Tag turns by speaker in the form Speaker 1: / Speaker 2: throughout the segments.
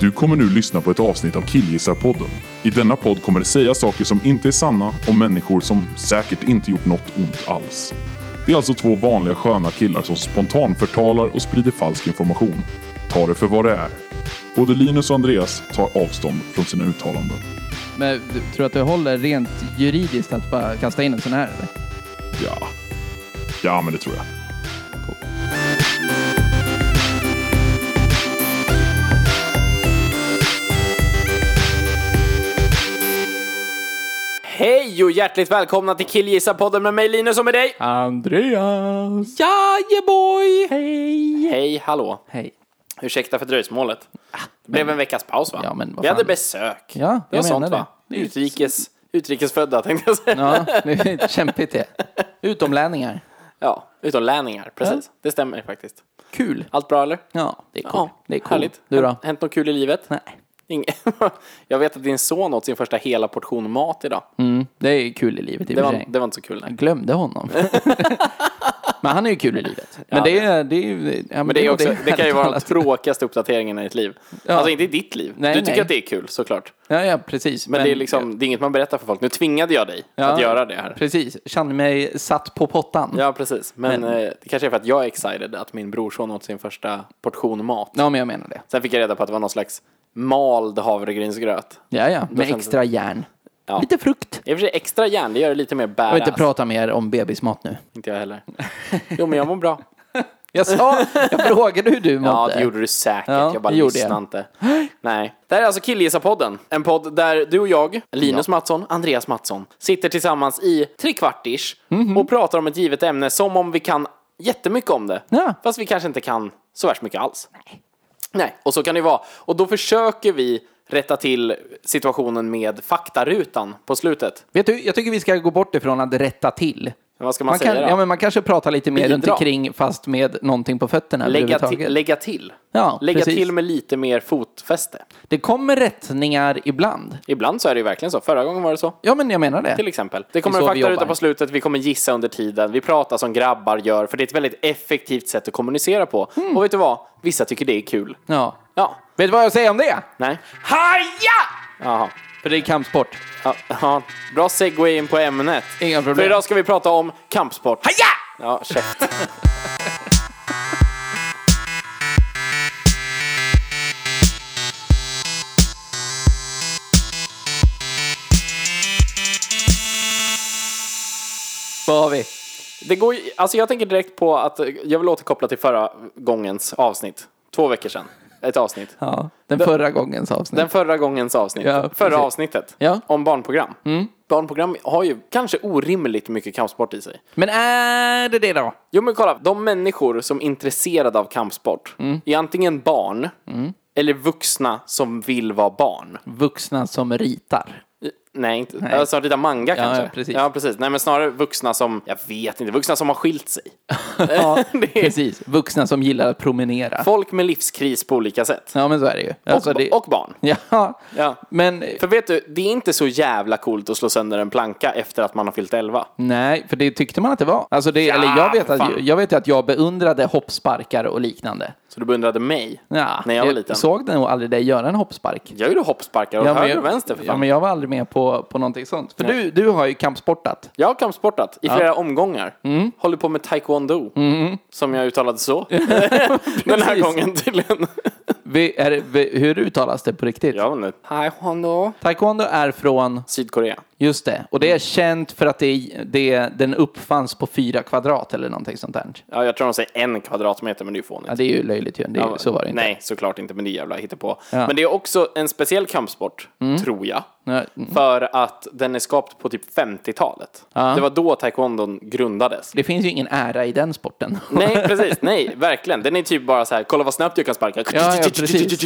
Speaker 1: Du kommer nu lyssna på ett avsnitt av Killgissarpodden. I denna podd kommer det sägas saker som inte är sanna om människor som säkert inte gjort något ont alls. Det är alltså två vanliga sköna killar som spontant förtalar och sprider falsk information. Ta det för vad det är. Både Linus och Andreas tar avstånd från sina uttalanden.
Speaker 2: Men du, tror du att det håller rent juridiskt att bara kasta in en sån här eller?
Speaker 1: Ja. Ja, men det tror jag.
Speaker 3: Hej och hjärtligt välkomna till Killgissa-podden med mig Linus och med dig.
Speaker 2: Andreas!
Speaker 3: Jajeboy! Hej! Hej, hallå.
Speaker 2: Hej.
Speaker 3: Ursäkta för dröjsmålet. Det blev en veckas paus va?
Speaker 2: Ah, Ja, men vad
Speaker 3: Vi
Speaker 2: fan.
Speaker 3: hade besök.
Speaker 2: Ja, jag
Speaker 3: det var
Speaker 2: menar
Speaker 3: sånt
Speaker 2: det.
Speaker 3: va?
Speaker 2: Det är ju-
Speaker 3: Utrikes, utrikesfödda tänkte jag säga.
Speaker 2: Ja, det är kämpigt det. Utomlänningar.
Speaker 3: Ja, utomlänningar. Precis, det stämmer ju faktiskt.
Speaker 2: Kul.
Speaker 3: Allt bra eller?
Speaker 2: Ja, det är cool.
Speaker 3: Ja,
Speaker 2: det är cool.
Speaker 3: härligt.
Speaker 2: Du då?
Speaker 3: Hänt- Hänt något kul i livet?
Speaker 2: Nej.
Speaker 3: Ing- jag vet att din son åt sin första hela portion mat idag.
Speaker 2: Mm, det är kul i livet i och
Speaker 3: Det
Speaker 2: för
Speaker 3: var,
Speaker 2: sig.
Speaker 3: det var inte så kul. Nej.
Speaker 2: Jag glömde honom. men han är ju kul i livet. Men det är... Det är, ju- ja,
Speaker 3: Men det, är
Speaker 2: nog
Speaker 3: också, det kan ju vara den
Speaker 2: talat.
Speaker 3: tråkigaste uppdateringen i ett liv.
Speaker 2: Ja.
Speaker 3: Alltså inte i ditt liv.
Speaker 2: Nej,
Speaker 3: du tycker
Speaker 2: nej.
Speaker 3: att det är kul såklart.
Speaker 2: Ja, ja, precis.
Speaker 3: Men, det, är liksom, det är inget man berättar för folk. Nu tvingade jag dig
Speaker 2: Ja,
Speaker 3: att göra det här.
Speaker 2: Precis. Kände mig satt på pottan.
Speaker 3: Ja, precis. Men, Eh, det kanske är för att jag är excited att min brorson åt sin första portion mat.
Speaker 2: Ja, men jag menar det.
Speaker 3: Sen fick jag reda på att det var någon slags mald havregrynsgröt.
Speaker 2: Ja, ja. Med
Speaker 3: känns
Speaker 2: extra järn.
Speaker 3: Ja.
Speaker 2: Lite frukt.
Speaker 3: I och för sig extra järn, det gör det lite mer
Speaker 2: Jag vill inte
Speaker 3: badass.
Speaker 2: prata mer om bebismat nu.
Speaker 3: Inte jag heller. Jo, men jag mår bra.
Speaker 2: Jag sa, jag frågade hur du mådde.
Speaker 3: Ja, det gjorde du säkert.
Speaker 2: Ja,
Speaker 3: jag bara
Speaker 2: det gjorde
Speaker 3: lyssnade
Speaker 2: jag.
Speaker 3: inte. Nej. Det här är alltså Killgissa-podden. En podd där du och jag, Linus Mattsson, Andreas Mattsson, sitter tillsammans i trekvartish
Speaker 2: Mhm.
Speaker 3: och pratar om ett givet ämne som om vi kan jättemycket om det.
Speaker 2: Ja.
Speaker 3: Fast vi kanske inte kan så värst mycket alls. Nej. Nej, och så kan det vara. Och då försöker vi rätta till situationen med faktarutan på slutet.
Speaker 2: Vet du, jag tycker vi ska gå bort ifrån att rätta till.
Speaker 3: Men vad ska man, säga
Speaker 2: kan,
Speaker 3: då?
Speaker 2: ja, men man kanske pratar lite mer
Speaker 3: Bidra.
Speaker 2: runt omkring fast med någonting på fötterna
Speaker 3: lägga,
Speaker 2: överhuvudtaget.
Speaker 3: till, lägga till.
Speaker 2: Ja,
Speaker 3: lägga
Speaker 2: precis.
Speaker 3: till med lite mer fotfäste.
Speaker 2: Det kommer rättningar ibland.
Speaker 3: Ibland så är det ju verkligen så. Förra gången var det så.
Speaker 2: Ja, men jag menar det.
Speaker 3: Till exempel. Det
Speaker 2: Det
Speaker 3: kommer
Speaker 2: är
Speaker 3: en
Speaker 2: så vi
Speaker 3: faktaruta
Speaker 2: jobbar.
Speaker 3: på slutet, vi kommer gissa under tiden, vi pratar som grabbar gör, för det är ett väldigt effektivt sätt att kommunicera på.
Speaker 2: Hmm.
Speaker 3: Och vet du vad? Vissa tycker det är kul.
Speaker 2: Ja.
Speaker 3: Ja.
Speaker 2: Vet du vad jag säger om det?
Speaker 3: Nej.
Speaker 2: Haja!
Speaker 3: Jaha.
Speaker 2: För det är kampsport.
Speaker 3: Ja, ja. Bra segway in på ämnet.
Speaker 2: Inga problem.
Speaker 3: För idag ska vi prata om kampsport. Haja! Ja, käft.
Speaker 2: Vad har vi?
Speaker 3: Det går ju, alltså jag tänker direkt på att eh, jag vill återkoppla till förra gångens avsnitt. Två veckor sedan. Ett avsnitt.
Speaker 2: Ja, den förra gångens avsnitt.
Speaker 3: Den förra gångens avsnitt.
Speaker 2: Ja,
Speaker 3: förra
Speaker 2: precis.
Speaker 3: avsnittet.
Speaker 2: Ja. Mm.
Speaker 3: Om barnprogram. Barnprogram har ju kanske orimligt mycket kampsport i sig.
Speaker 2: Men är det det då?
Speaker 3: Jo men kolla, de människor som är intresserade av kampsport
Speaker 2: Mm.
Speaker 3: är antingen barn eller vuxna som vill vara barn.
Speaker 2: Vuxna som ritar.
Speaker 3: Nej, inte, Nej. som ritar manga kanske.
Speaker 2: ja, precis.
Speaker 3: ja, precis. Nej, men snarare vuxna som, jag vet inte, vuxna som har skilt sig.
Speaker 2: Ja,
Speaker 3: Det är
Speaker 2: precis. Vuxna som gillar att promenera.
Speaker 3: Folk med livskris på olika sätt.
Speaker 2: Ja, men så är det ju.
Speaker 3: Och,
Speaker 2: Alltså, det...
Speaker 3: och barn.
Speaker 2: Ja.
Speaker 3: Ja.
Speaker 2: Men
Speaker 3: För vet du, det är inte så jävla coolt att slå sönder en planka efter att man har fyllt 11.
Speaker 2: nej, för det tyckte man att det var. Alltså det, eller jag, vet
Speaker 3: fan.
Speaker 2: att, jag vet ju att jag beundrade hoppsparkar och liknande.
Speaker 3: Så du beundrade mig
Speaker 2: Ja,
Speaker 3: när jag var liten.
Speaker 2: såg nog aldrig dig göra en hoppspark.
Speaker 3: Jag gjorde hoppsparkar åt
Speaker 2: Ja, men
Speaker 3: höger
Speaker 2: jag-
Speaker 3: och vänster för fan.
Speaker 2: Ja, men jag var aldrig med på, på någonting sånt. För du, du har ju kampsportat.
Speaker 3: Jag har kampsportat i flera omgångar.
Speaker 2: Mm.
Speaker 3: Håller på med taekwondo. Som jag uttalade så. Den här
Speaker 2: Precis.
Speaker 3: gången tydligen.
Speaker 2: Vi, är, det- vi, hur uttalas det på riktigt?
Speaker 3: Jag vet inte. Taekwondo.
Speaker 2: Taekwondo är från,
Speaker 3: Sydkorea.
Speaker 2: just det, och det är känt för att det, det, den uppfanns på fyra kvadrat eller någonting sånt där.
Speaker 3: Ja, jag tror de säger en kvadratmeter, men det är ju
Speaker 2: Ja,
Speaker 3: fånigt.
Speaker 2: det är ju löjligt ju. Det är, ju- så var det inte.
Speaker 3: Nej, såklart inte, men det är jävla hittepå.
Speaker 2: Ja. Mm.
Speaker 3: Men det är också en speciell kampsport, tror jag.
Speaker 2: Nej.
Speaker 3: För att den är skapt på typ 50-talet. Det var då taekwondon grundades.
Speaker 2: Det finns ju ingen ära i den sporten.
Speaker 3: Nej, precis. Nej, verkligen. Den är typ bara så här, kolla vad snabbt jag kan sparka.
Speaker 2: Ja, ja, precis.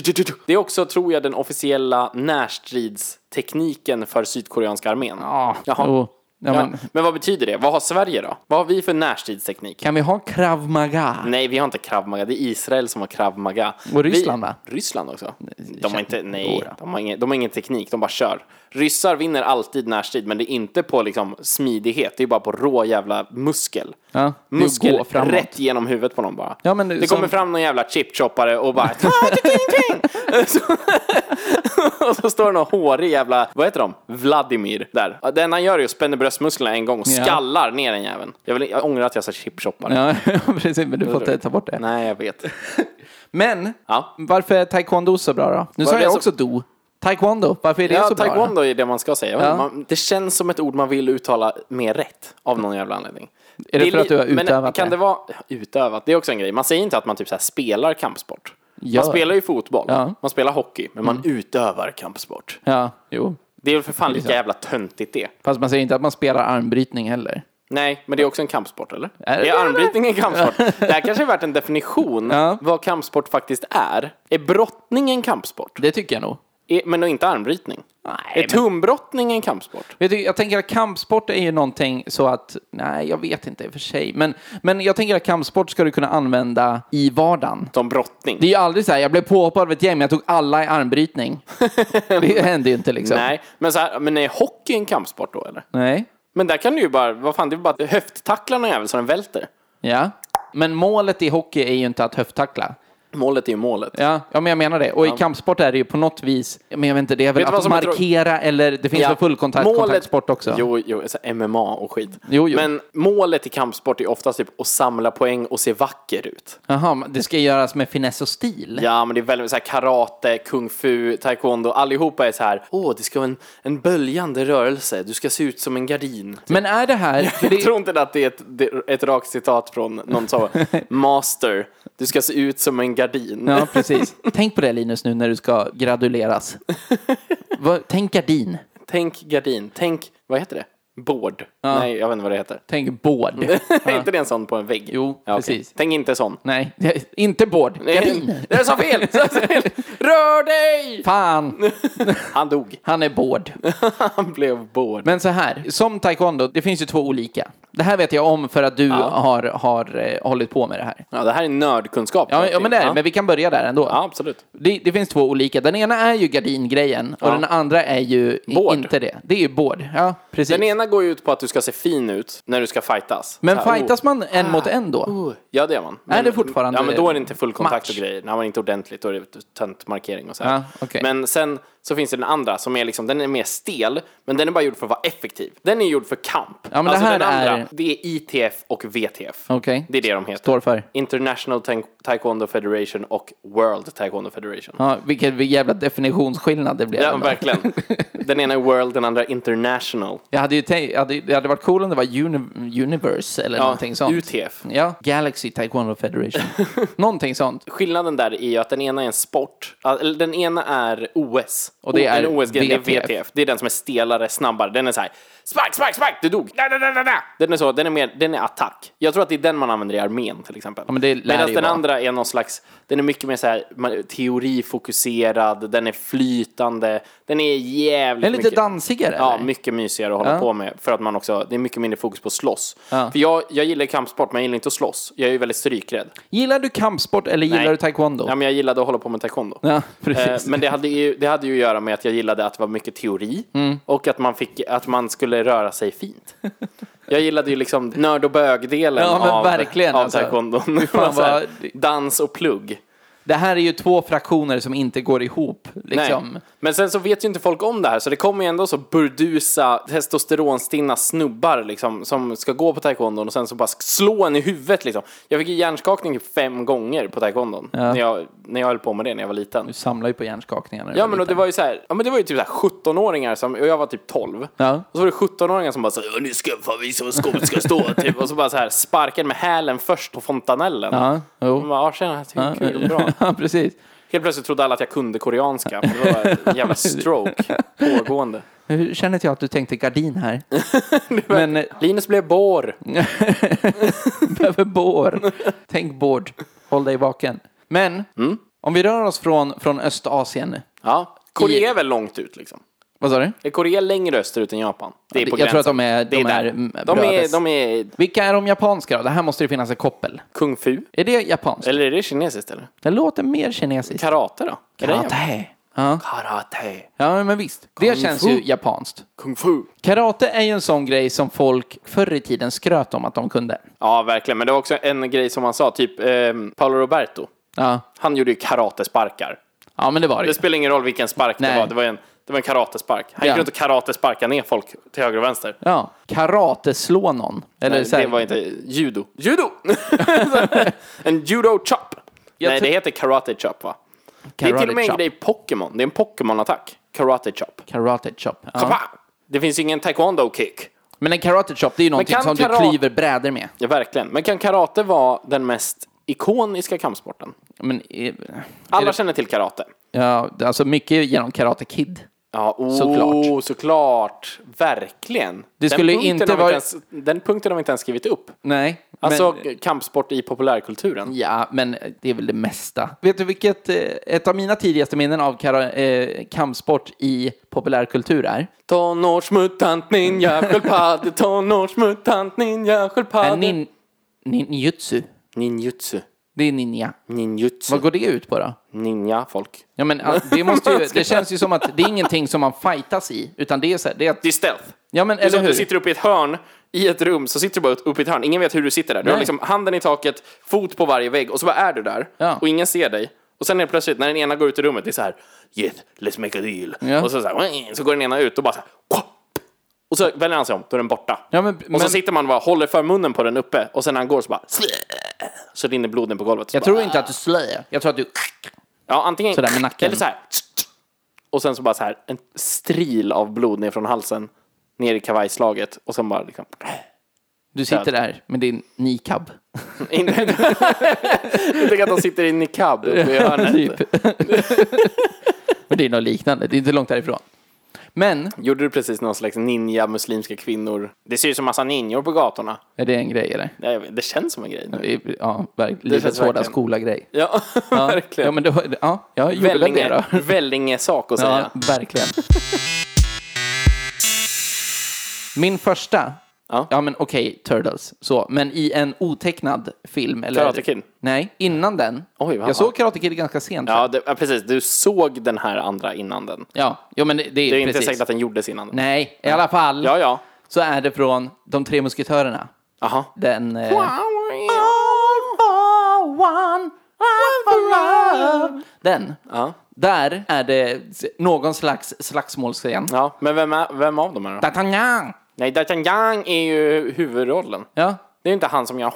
Speaker 3: Det är också, tror jag, den officiella närstridstekniken för sydkoreanska armén.
Speaker 2: Ja,
Speaker 3: Jaha.
Speaker 2: jo, Ja,
Speaker 3: Ja,
Speaker 2: men,
Speaker 3: men vad betyder det? Vad har Sverige då? Vad har vi för närstridsteknik?
Speaker 2: kan vi ha krav maga?
Speaker 3: Nej, vi har inte krav maga. Det är Israel som har krav maga.
Speaker 2: Och Ryssland,
Speaker 3: vi...
Speaker 2: va?
Speaker 3: Ryssland också? De har
Speaker 2: känns-
Speaker 3: inte, nej,
Speaker 2: Jodå.
Speaker 3: de har, ingen, de har ingen teknik, de bara kör. Ryssar vinner alltid närstrid, men det är inte på liksom smidighet, det är bara på rå jävla muskel.
Speaker 2: Ja, det är att
Speaker 3: muskel
Speaker 2: gå framåt.
Speaker 3: rätt genom huvudet på någon bara.
Speaker 2: Ja, men det-
Speaker 3: det kommer
Speaker 2: som-
Speaker 3: fram någon jävla chipchoppare och bara... Så- och så står det någon hårig jävla, vad heter de? Vladimir där. Ja, Det enda han gör är att spänna bröstmusklerna en gång och
Speaker 2: Ja.
Speaker 3: skallar ner den jäveln. Jag, vill, jag ångrar att jag sa chipchoppare.
Speaker 2: Ja, precis. Men du får ta- ta bort det.
Speaker 3: Nej, jag vet.
Speaker 2: Men
Speaker 3: Ja.
Speaker 2: varför är taekwondo så bra då? Nu
Speaker 3: Vad
Speaker 2: sa
Speaker 3: är det
Speaker 2: jag
Speaker 3: som-
Speaker 2: också do. Taekwondo, varför är det
Speaker 3: Ja,
Speaker 2: så bra?
Speaker 3: taekwondo är det man ska säga. Jag vet
Speaker 2: Ja.
Speaker 3: inte, Man, det känns som ett ord man vill uttala mer rätt av någon jävla anledning.
Speaker 2: Är det för
Speaker 3: li-
Speaker 2: att du har
Speaker 3: men
Speaker 2: utövat
Speaker 3: kan
Speaker 2: det?
Speaker 3: det? vara utövat? Det är också en grej. Man säger inte att man typ så här spelar kampsport.
Speaker 2: Gör.
Speaker 3: Man spelar ju fotboll,
Speaker 2: Ja. Mm.
Speaker 3: man spelar hockey, men man utövar kampsport.
Speaker 2: Ja, jo.
Speaker 3: Det är väl för fan lika jävla töntigt det.
Speaker 2: Fast man säger inte att man spelar armbrytning heller.
Speaker 3: Nej, men det är också en kampsport, eller?
Speaker 2: Är
Speaker 3: Är,
Speaker 2: det det,
Speaker 3: armbrytning en kampsport? Det här kanske är värt en definition,
Speaker 2: Ja.
Speaker 3: vad kampsport faktiskt är. Är brottning en kampsport?
Speaker 2: Det tycker jag nog.
Speaker 3: Är, men då inte armbrytning?
Speaker 2: Nej,
Speaker 3: är tumbrottning en kampsport?
Speaker 2: Jag, tycker, jag tänker att kampsport är ju någonting så att, nej jag vet inte i och för sig, men, men jag tänker att kampsport ska du kunna använda i vardagen.
Speaker 3: Som brottning?
Speaker 2: Det är ju aldrig så här, jag blev påhoppad av ett gäng men jag tog alla i armbrytning. Det händer ju inte liksom.
Speaker 3: Nej, men, så här, men är hockey en kampsport då eller?
Speaker 2: Nej.
Speaker 3: Men där kan du ju bara, vad fan, det är bara att höfttackla någon jävel så den välter.
Speaker 2: Ja. Men målet i hockey är ju inte att höfttackla.
Speaker 3: Målet är ju målet.
Speaker 2: Ja, ja men jag menar det. Och i kampsport är det ju på något vis, men jag vet inte, det är väl
Speaker 3: Vet du vad
Speaker 2: att
Speaker 3: som jag tror-
Speaker 2: markera eller det finns
Speaker 3: Ja.
Speaker 2: väl fullkontakt
Speaker 3: Målet-
Speaker 2: kontaktsport också?
Speaker 3: Jo, jo, så här MMA och skit.
Speaker 2: Jo, jo.
Speaker 3: Men målet i kampsport är oftast typ att samla poäng och se vacker ut.
Speaker 2: Jaha, men det ska göras med finess och stil.
Speaker 3: Ja, men det är väldigt så här karate, kung fu, taekwondo, allihopa är så här, åh, det ska vara en, en böljande rörelse, du ska se ut som en gardin.
Speaker 2: Men är det här... för
Speaker 3: Jag
Speaker 2: det-
Speaker 3: tror inte att det är ett, det är ett rakt citat från någon som master, du ska se ut som en gardin.
Speaker 2: Ja, precis. Tänk på det Linus nu när du ska graduleras. Vad- Tänk gardin.
Speaker 3: Tänk gardin. Tänk, vad heter det? Bård. Nej, jag vet inte vad det heter.
Speaker 2: Tänk bård.
Speaker 3: Är inte det en sån på en vägg?
Speaker 2: Jo,
Speaker 3: okej.
Speaker 2: precis.
Speaker 3: Tänk inte sån.
Speaker 2: Nej, det- inte bård. Gardin.
Speaker 3: Det är så fel! Så fel. Rör dig!
Speaker 2: Fan,
Speaker 3: Han dog.
Speaker 2: han är bård.
Speaker 3: Han blev bård.
Speaker 2: Men så här, som taekwondo, det finns ju två olika. Det här vet jag om för att du har, har eh, hållit på med det här.
Speaker 3: Ja, det här är nördkunskap.
Speaker 2: Ja, ja men det är det.
Speaker 3: ja.
Speaker 2: men vi kan börja där ändå.
Speaker 3: ja, absolut.
Speaker 2: Det, det finns två olika. Den ena är ju gardingrejen och
Speaker 3: Ja.
Speaker 2: den andra är ju i-
Speaker 3: Bård.
Speaker 2: inte det. Det är ju bård. Ja, precis.
Speaker 3: Den ena går ju ut på att du ska se fin ut när du ska fightas.
Speaker 2: Men
Speaker 3: Så här,
Speaker 2: fightas man en mot en då?
Speaker 3: oh, oh. Ja, det gör man. Men,
Speaker 2: det är fortfarande
Speaker 3: Ja, men då är det inte full kontakt
Speaker 2: match.
Speaker 3: och grejer. När man är inte ordentligt, då är det töntmarkering och så här.
Speaker 2: Ja, okej.
Speaker 3: Men sen så finns det den andra som är liksom, den är mer stel, men den är bara gjord för att vara effektiv. Den är gjord för kamp. Ja,
Speaker 2: men det här är-
Speaker 3: det är ITF och VTF.
Speaker 2: Okej.
Speaker 3: Det är det de heter.
Speaker 2: Står för?
Speaker 3: International Tae- Taekwondo Federation och World Taekwondo Federation.
Speaker 2: Ja, vilken vilken jävla definitionsskillnad det blev.
Speaker 3: Ja,
Speaker 2: ändå.
Speaker 3: verkligen. Den ena är World, den andra är International.
Speaker 2: Jag hade ju tänkt, jag hade, det hade varit cool om det var uni, Universe eller
Speaker 3: Ja,
Speaker 2: någonting sånt.
Speaker 3: UTF.
Speaker 2: Ja, Galaxy Taekwondo Federation. någonting sånt.
Speaker 3: Skillnaden där är ju att den ena är en sport, eller den ena är OS.
Speaker 2: Och det är
Speaker 3: en OS -grej, det är
Speaker 2: VTF.
Speaker 3: VTF. Det är den som är stelare, snabbare. Den är så här, spark, spark, spark, du dog. Da, da, da, da, da. Den är så, den är mer, den är attack. Jag tror att det är den man använder i armén till exempel.
Speaker 2: men det lär
Speaker 3: Medan
Speaker 2: det ju
Speaker 3: den
Speaker 2: vara.
Speaker 3: andra är någon slags, den är mycket mer så här man- teorifokuserad, den är flytande, den är jävligt
Speaker 2: Den är lite
Speaker 3: mycket-
Speaker 2: dansigare.
Speaker 3: Ja,
Speaker 2: eller?
Speaker 3: mycket mysigare att hålla
Speaker 2: Ja.
Speaker 3: på med. För att man också, det är mycket mindre fokus på att slåss.
Speaker 2: Ja.
Speaker 3: För jag, jag gillar kampsport, men jag gillar inte att slåss. Jag är ju väldigt strykrädd.
Speaker 2: Gillar du kampsport eller gillar
Speaker 3: Nej.
Speaker 2: du taekwondo?
Speaker 3: Ja, men jag gillade att hålla på med taekwondo.
Speaker 2: Ja, precis.
Speaker 3: Eh, Men det hade, ju, det hade ju att göra med att jag gillade att det var mycket teori
Speaker 2: Mm.
Speaker 3: och att man, fick, att man skulle röra sig fint. Jag gillade ju liksom nörd och bögdelen
Speaker 2: Ja, men
Speaker 3: av,
Speaker 2: verkligen,
Speaker 3: av
Speaker 2: alltså.
Speaker 3: taekwondo.
Speaker 2: fan,
Speaker 3: Så här,
Speaker 2: vad-
Speaker 3: Dans och plugg.
Speaker 2: Det här är ju två fraktioner som inte går ihop. Liksom.
Speaker 3: Nej. Men sen så vet ju inte folk om det här, så det kommer ju ändå så burdusa, testosteronstinna snubbar liksom, som ska gå på taekwondon och sen så bara slå en i huvudet liksom. Jag fick ju hjärnskakning fem gånger på taekwondon, när, jag, när jag höll på med det när jag var liten.
Speaker 2: Du samlar ju på hjärnskakningar. när du
Speaker 3: Ja
Speaker 2: var
Speaker 3: men och det
Speaker 2: liten.
Speaker 3: var ju så här, ja men det var ju typ så här 17-åringar som, och jag var typ 12.
Speaker 2: Ja.
Speaker 3: Och så var det 17-åringar som bara så här, "Ja, nu ska fan visa vad skåpet ska stå typ. Och så bara så här sparkade med hälen först på fontanellen.
Speaker 2: Ja,
Speaker 3: Man
Speaker 2: jo.
Speaker 3: bara, "Ja, tjena, det är kul och bra.
Speaker 2: ja, precis.
Speaker 3: Helt plötsligt trodde alla att jag kunde koreanska. för Det var en jävla stroke pågående.
Speaker 2: Nu känner inte jag att du tänkte gardin här. men eh,
Speaker 3: Linus blev bår.
Speaker 2: behöver bår. Tänk bård. Håll dig vaken.
Speaker 3: Mm.
Speaker 2: Men om vi rör oss från, från Östasien.
Speaker 3: Ja. Korea är väl långt ut liksom?
Speaker 2: Vad sa du?
Speaker 3: Är Korea längre österut än Japan? Det är på
Speaker 2: jag tror att
Speaker 3: gränsen.
Speaker 2: de är,
Speaker 3: Det
Speaker 2: de är,
Speaker 3: där.
Speaker 2: mm,
Speaker 3: de är,
Speaker 2: brödes.
Speaker 3: de är
Speaker 2: Vilka är de japanska då? Det här måste ju finnas ett koppel.
Speaker 3: kung fu.
Speaker 2: Är det japanskt?
Speaker 3: Eller är det kinesiskt eller?
Speaker 2: Det låter mer kinesiskt.
Speaker 3: Karate då? Är det-
Speaker 2: Karate. Ja.
Speaker 3: Karate.
Speaker 2: ja, men visst. Det känns
Speaker 3: fu.
Speaker 2: ju japanskt.
Speaker 3: Kung fu.
Speaker 2: Karate är ju en sån grej som folk förr i tiden skröt om att de kunde.
Speaker 3: Ja, verkligen. Men det var också en grej som han sa, typ ehm, Paolo Roberto.
Speaker 2: Ja,
Speaker 3: Han gjorde ju karatesparkar.
Speaker 2: ja men det var det
Speaker 3: Det
Speaker 2: ju.
Speaker 3: spelar ingen roll vilken spark det
Speaker 2: Nej.
Speaker 3: var. Det var en, det var en karatespark. Han
Speaker 2: Ja.
Speaker 3: gick runt och karatesparkade ner folk till höger och vänster.
Speaker 2: Ja, karate slå någon. Eller
Speaker 3: Nej,
Speaker 2: så
Speaker 3: det
Speaker 2: här,
Speaker 3: var inte judo. Judo! en judo chop.
Speaker 2: Jag
Speaker 3: Nej,
Speaker 2: tror-
Speaker 3: det heter karate chop va? det är till
Speaker 2: Karate
Speaker 3: och med en
Speaker 2: chop.
Speaker 3: grej i Pokémon. Det är en Pokémon-attack. Karate chop.
Speaker 2: karate chop. Ja.
Speaker 3: Kapa! Det finns ju ingen taekwondo kick.
Speaker 2: Men en karate chop, det är ju någonting
Speaker 3: kan
Speaker 2: som
Speaker 3: kara-
Speaker 2: du klyver brädor med.
Speaker 3: Ja, verkligen. Men kan karate vara den mest ikoniska kampsporten?
Speaker 2: Men, eh,
Speaker 3: Alla känner till karate.
Speaker 2: ja, alltså mycket genom Karate Kid.
Speaker 3: Ja, oh,
Speaker 2: Såklart.
Speaker 3: såklart. såklart. Verkligen. Det
Speaker 2: skulle
Speaker 3: den punkten
Speaker 2: inte
Speaker 3: har vi
Speaker 2: vara-
Speaker 3: ens, den punkten har vi inte ens skrivit upp.
Speaker 2: Nej.
Speaker 3: Alltså
Speaker 2: men,
Speaker 3: kampsport i populärkulturen.
Speaker 2: Ja, men det är väl det mesta. Vet du vilket eh, ett av mina tidigaste minnen av kara, eh, kampsport i populärkultur är?
Speaker 3: Tonårsmutant ninja sköldpadde, tonårsmutant ninja
Speaker 2: är
Speaker 3: sköldpadde.
Speaker 2: Eh, nin, ninjutsu.
Speaker 3: Ninjutsu.
Speaker 2: Det är ninja.
Speaker 3: Ninjutsu.
Speaker 2: Vad går det ut på då?
Speaker 3: Ninja, folk.
Speaker 2: Ja, men ah, det, måste ju, det känns ju som att det är ingenting som man fightas i, utan det är så här, det är att,
Speaker 3: Det är stealth.
Speaker 2: ja men
Speaker 3: Det är
Speaker 2: eller
Speaker 3: som att
Speaker 2: hur?
Speaker 3: du sitter uppe i ett hörn i ett rum, så sitter du bara uppe i ett hörn. Ingen vet hur du sitter där. Du har
Speaker 2: Nej.
Speaker 3: liksom handen i taket, fot på varje vägg och så bara är du där.
Speaker 2: Ja.
Speaker 3: Och ingen ser dig. Och sen helt plötsligt när den ena går ut i rummet, det är så här Yeah, let's make a deal.
Speaker 2: Ja.
Speaker 3: Och så, så, här, så går den ena ut och bara så här, "Wah!" Och så väljer han sig om, då är den borta.
Speaker 2: Ja, men-
Speaker 3: och så
Speaker 2: men-
Speaker 3: sitter man och bara håller för munnen på den uppe och sen när han går så bara Så rinner bloden på golvet. Så
Speaker 2: Jag
Speaker 3: bara,
Speaker 2: tror inte att du slöjar. Jag tror att du...
Speaker 3: Ja, antingen
Speaker 2: Sådär med nacken.
Speaker 3: Eller så här. Och sen så bara så här en stril av blod ner från halsen, ner i kavajslaget och sen bara liksom
Speaker 2: Du sitter där med din niqab.
Speaker 3: Inte- Jag tänker att de sitter i niqab uppe i hörnet.
Speaker 2: Typ. Men det är något liknande. Det är inte långt därifrån. Men,
Speaker 3: Gjorde du precis någon slags ninja, muslimska kvinnor? Det ser ut som massa ninjor på gatorna.
Speaker 2: är det en grej eller?
Speaker 3: Nej, Det känns som en grej. nu.
Speaker 2: I- Ja, verk, livets hårda
Speaker 3: verkligen.
Speaker 2: skola-grej.
Speaker 3: Ja,
Speaker 2: Ja,
Speaker 3: verkligen.
Speaker 2: men då, ja, jag gjorde väl det
Speaker 3: Vällinge,
Speaker 2: då.
Speaker 3: Vällinge sak att
Speaker 2: Ja,
Speaker 3: säga.
Speaker 2: verkligen. Min första.
Speaker 3: Ja.
Speaker 2: men okej, Turtles. Så, men i en otecknad film. Eller,
Speaker 3: Karate Kid.
Speaker 2: Nej, innan den.
Speaker 3: Oj, vad
Speaker 2: jag såg Karate Kid ganska sent.
Speaker 3: Ja, det, ja, precis. Du såg den här andra innan den.
Speaker 2: ja jo, men det, det är
Speaker 3: Det är inte
Speaker 2: precis.
Speaker 3: säkert att den gjordes innan den.
Speaker 2: Nej, i alla fall
Speaker 3: Ja, ja.
Speaker 2: så är det från De tre musketörerna.
Speaker 3: Aha.
Speaker 2: Den... Eh, den.
Speaker 3: Ja.
Speaker 2: Där är det någon slags slagsmålsscen.
Speaker 3: Ja, men vem, är, vem av dem är det? då?
Speaker 2: D'Artagnan!
Speaker 3: Nej, D'Artagnan är ju huvudrollen.
Speaker 2: Ja.
Speaker 3: Det är ju inte han som gör...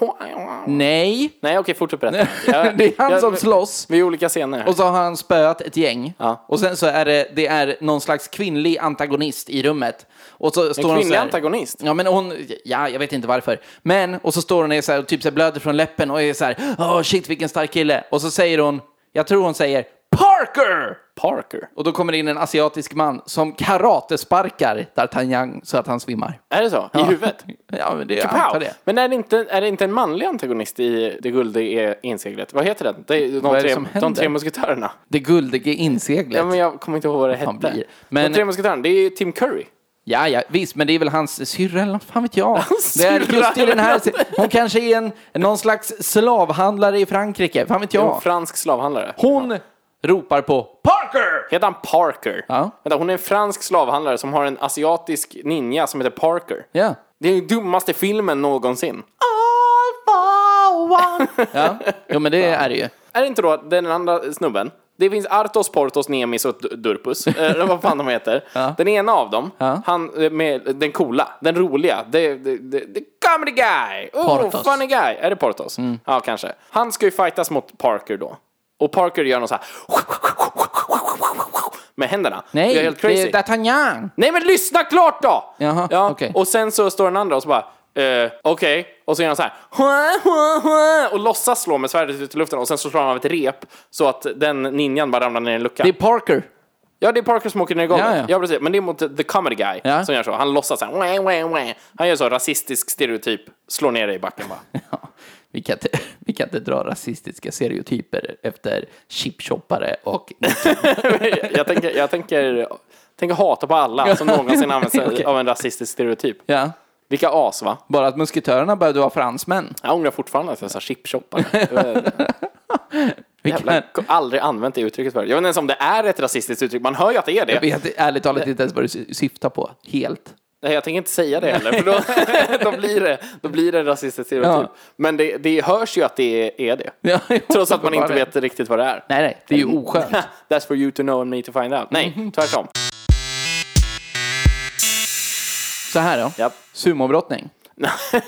Speaker 2: Nej.
Speaker 3: Nej, okej, fortsätt berätta. Jag-
Speaker 2: det är han
Speaker 3: jag-
Speaker 2: som slåss.
Speaker 3: Vi är olika scener. här.
Speaker 2: Och så har han spöat ett gäng.
Speaker 3: Ja.
Speaker 2: Och sen så är det, det är någon slags kvinnlig antagonist i rummet. Och så står hon
Speaker 3: kvinnlig
Speaker 2: så här-
Speaker 3: antagonist?
Speaker 2: Ja, men hon... Ja, jag vet inte varför. Men, och så står hon och är så här, och typ så här, blöder från läppen och är så här, åh shit vilken stark kille. Och så säger hon, jag tror hon säger Parker!
Speaker 3: Parker.
Speaker 2: Och då kommer det in en asiatisk man som karatesparkar D'Artagnan så att han svimmar.
Speaker 3: Är det så? I huvudet?
Speaker 2: Ja, men det, jag antar
Speaker 3: Wow.
Speaker 2: det.
Speaker 3: Men är det, inte, är det inte en manlig antagonist i Det guldiga inseglet? Vad heter den? Det är de,
Speaker 2: Vad är det
Speaker 3: tre,
Speaker 2: som händer?
Speaker 3: de tre musketörerna.
Speaker 2: Det guldige inseglet.
Speaker 3: Ja, men jag kommer inte ihåg vad det
Speaker 2: Fan,
Speaker 3: hette.
Speaker 2: blir- men-
Speaker 3: De tre musketörerna, det är ju Tim Curry.
Speaker 2: Ja, ja, visst, men det är väl hans syrra eller vad fan vet jag. Det är
Speaker 3: syrra,
Speaker 2: just i den här,
Speaker 3: jag vet inte.
Speaker 2: hon kanske är en, någon slags slavhandlare i Frankrike, fan vet
Speaker 3: En
Speaker 2: jag.
Speaker 3: fransk slavhandlare.
Speaker 2: Hon ropar på Parker!
Speaker 3: Heter han Parker?
Speaker 2: Ja.
Speaker 3: Vänta, hon är en fransk slavhandlare som har en asiatisk ninja som heter Parker.
Speaker 2: Ja.
Speaker 3: Det är den dummaste filmen någonsin.
Speaker 2: Ja, jo, men det är det ju.
Speaker 3: Är det inte då den andra snubben? Det finns Artos, Portos, Nemis och D- Durpus. eh, Eller vad fan de heter. Den ena av dem,
Speaker 2: Ja.
Speaker 3: han eh, med den coola, den roliga, the, the, the, the comedy guy! Oh,
Speaker 2: Portos. Mm.
Speaker 3: funny guy! Är det Portos? Ja, kanske. Han ska ju fightas mot Parker då. Och Parker gör något så här med händerna.
Speaker 2: Nej,
Speaker 3: det är helt crazy.
Speaker 2: det är D'Artagnan.
Speaker 3: Nej men lyssna klart då!
Speaker 2: Jaha,
Speaker 3: ja,
Speaker 2: okej.
Speaker 3: Och sen så står den andra och så bara, eh, okej. Och så gör han så här, "Hua, hua, hua", och låtsas slå med svärdet ut i luften och sen så slår han av ett rep så att den ninjan bara ramlar ner i en lucka.
Speaker 2: Det är Parker.
Speaker 3: Ja, det är Parker som åker ner i golvet.
Speaker 2: Ja,
Speaker 3: Ja,
Speaker 2: ja.
Speaker 3: precis. Men det är mot The Comedy Guy
Speaker 2: Ja.
Speaker 3: som gör så. Han låtsas så här, "Wah, wah, wah." han gör så rasistisk stereotyp, slår ner dig i backen bara.
Speaker 2: Ja, vi, kan inte, vi kan inte dra rasistiska stereotyper efter chipshoppare och...
Speaker 3: jag, tänker, jag tänker Tänk att hata på alla som någonsin använt sig
Speaker 2: Okej.
Speaker 3: av en rasistisk stereotyp.
Speaker 2: Ja.
Speaker 3: Vilka as va?
Speaker 2: Bara att musketörerna började vara fransmän.
Speaker 3: Jag ångrar fortfarande att jag sa chipshoppare. Det var- Jävlar,
Speaker 2: Vilken-
Speaker 3: aldrig använt det uttrycket förut. Jag vet inte ens om det är ett rasistiskt uttryck. Man hör ju att det är det.
Speaker 2: Jag vet ärligt talat inte ens vad du sy- syftar på. Helt.
Speaker 3: Nej, jag tänker inte säga det heller, för då, då, blir, det, då blir det en rasistisk stereotyp. Men det, det hörs ju att det är det.
Speaker 2: Ja, jo,
Speaker 3: Trots att man inte
Speaker 2: uppenbarligen.
Speaker 3: vet riktigt vad det är.
Speaker 2: Nej, nej. Det är ju oskönt. Mm-hmm.
Speaker 3: That's for you to know and me to find out. Nej, tvärtom.
Speaker 2: Så här då.
Speaker 3: Japp.
Speaker 2: Sumobrottning.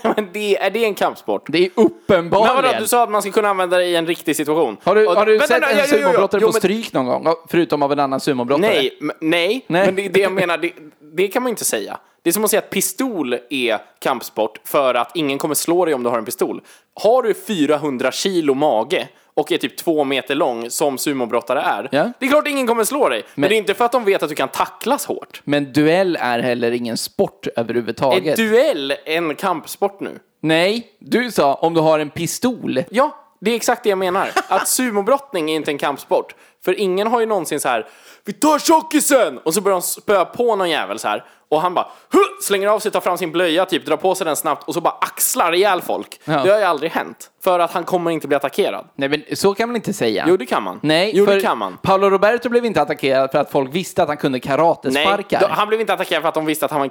Speaker 3: Men det, är det en kampsport?
Speaker 2: Det är
Speaker 3: Men vadå,
Speaker 2: uppenbarligen.
Speaker 3: du sa att man ska kunna använda det i en riktig situation.
Speaker 2: Har du,
Speaker 3: Och-
Speaker 2: har du
Speaker 3: Vänta,
Speaker 2: sett
Speaker 3: nej,
Speaker 2: en
Speaker 3: jo, jo, jo.
Speaker 2: sumobrottare
Speaker 3: Jo,
Speaker 2: på
Speaker 3: men-
Speaker 2: stryk någon gång? Ja, Förutom av en annan sumobrottare?
Speaker 3: Nej, men- nej,
Speaker 2: Nej.
Speaker 3: men det, det jag menar, det, det kan man ju inte säga. Det är som att säga att pistol är kampsport för att ingen kommer slå dig om du har en pistol. Har du 400 kilo mage och är typ två meter lång som sumobrottare är,
Speaker 2: Ja.
Speaker 3: det är klart ingen kommer slå dig. Men,
Speaker 2: Men-
Speaker 3: det är inte för att de vet att du kan tacklas hårt.
Speaker 2: Men duell är heller ingen sport
Speaker 3: Är
Speaker 2: överhuvudtaget.
Speaker 3: duell en kampsport nu?
Speaker 2: Nej, du sa om du har en pistol.
Speaker 3: Ja, det är exakt det jag menar. Att sumobrottning är inte en kampsport. För ingen har ju någonsin så här Vi tar tjockisen! Och så börjar de spöa på någon jävel så här. Och han bara huh! slänger av sig, tar fram sin blöja, typ drar på sig den snabbt och så bara axlar ihjäl folk.
Speaker 2: Ja.
Speaker 3: Det har ju aldrig hänt. För att han kommer inte bli attackerad.
Speaker 2: Nej, men så kan man inte säga.
Speaker 3: Jo, det kan man.
Speaker 2: Nej,
Speaker 3: jo,
Speaker 2: för
Speaker 3: det kan man.
Speaker 2: Paolo Roberto blev inte attackerad för att folk visste att han kunde
Speaker 3: Nej,
Speaker 2: karatesparkar.
Speaker 3: då- han blev inte attackerad för att de visste att han var en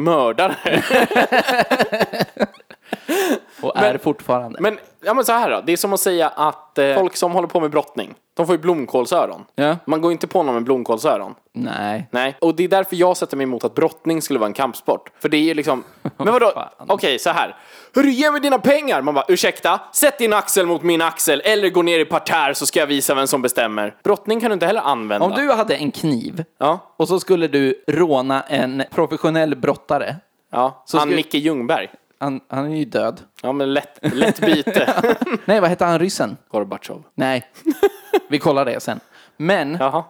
Speaker 3: mördare.
Speaker 2: Och är fortfarande.
Speaker 3: Men, ja, men så här då, det är som att säga att eh, folk som håller på med brottning, de får ju blomkålsöron.
Speaker 2: Ja.
Speaker 3: Man går ju inte på någon med blomkålsöron.
Speaker 2: Nej.
Speaker 3: Nej, och det är därför jag sätter mig emot att brottning skulle vara en kampsport. För det är ju liksom, men vadå,
Speaker 2: Fan.
Speaker 3: okej så här. Hörru, ge mig dina pengar! Man bara, ursäkta, sätt din axel mot min axel eller gå ner i parterre så ska jag visa vem som bestämmer. Brottning kan du inte heller använda.
Speaker 2: Om du hade en kniv
Speaker 3: Ja,
Speaker 2: och så skulle du råna en professionell brottare.
Speaker 3: ja.
Speaker 2: Så
Speaker 3: han
Speaker 2: ska-
Speaker 3: Micke Ljungberg.
Speaker 2: Han, han är ju död.
Speaker 3: Ja men lätt, lätt byte.
Speaker 2: Nej, vad hette han, ryssen?
Speaker 3: Gorbatjov.
Speaker 2: Nej, vi kollar det sen. Men
Speaker 3: Jaha,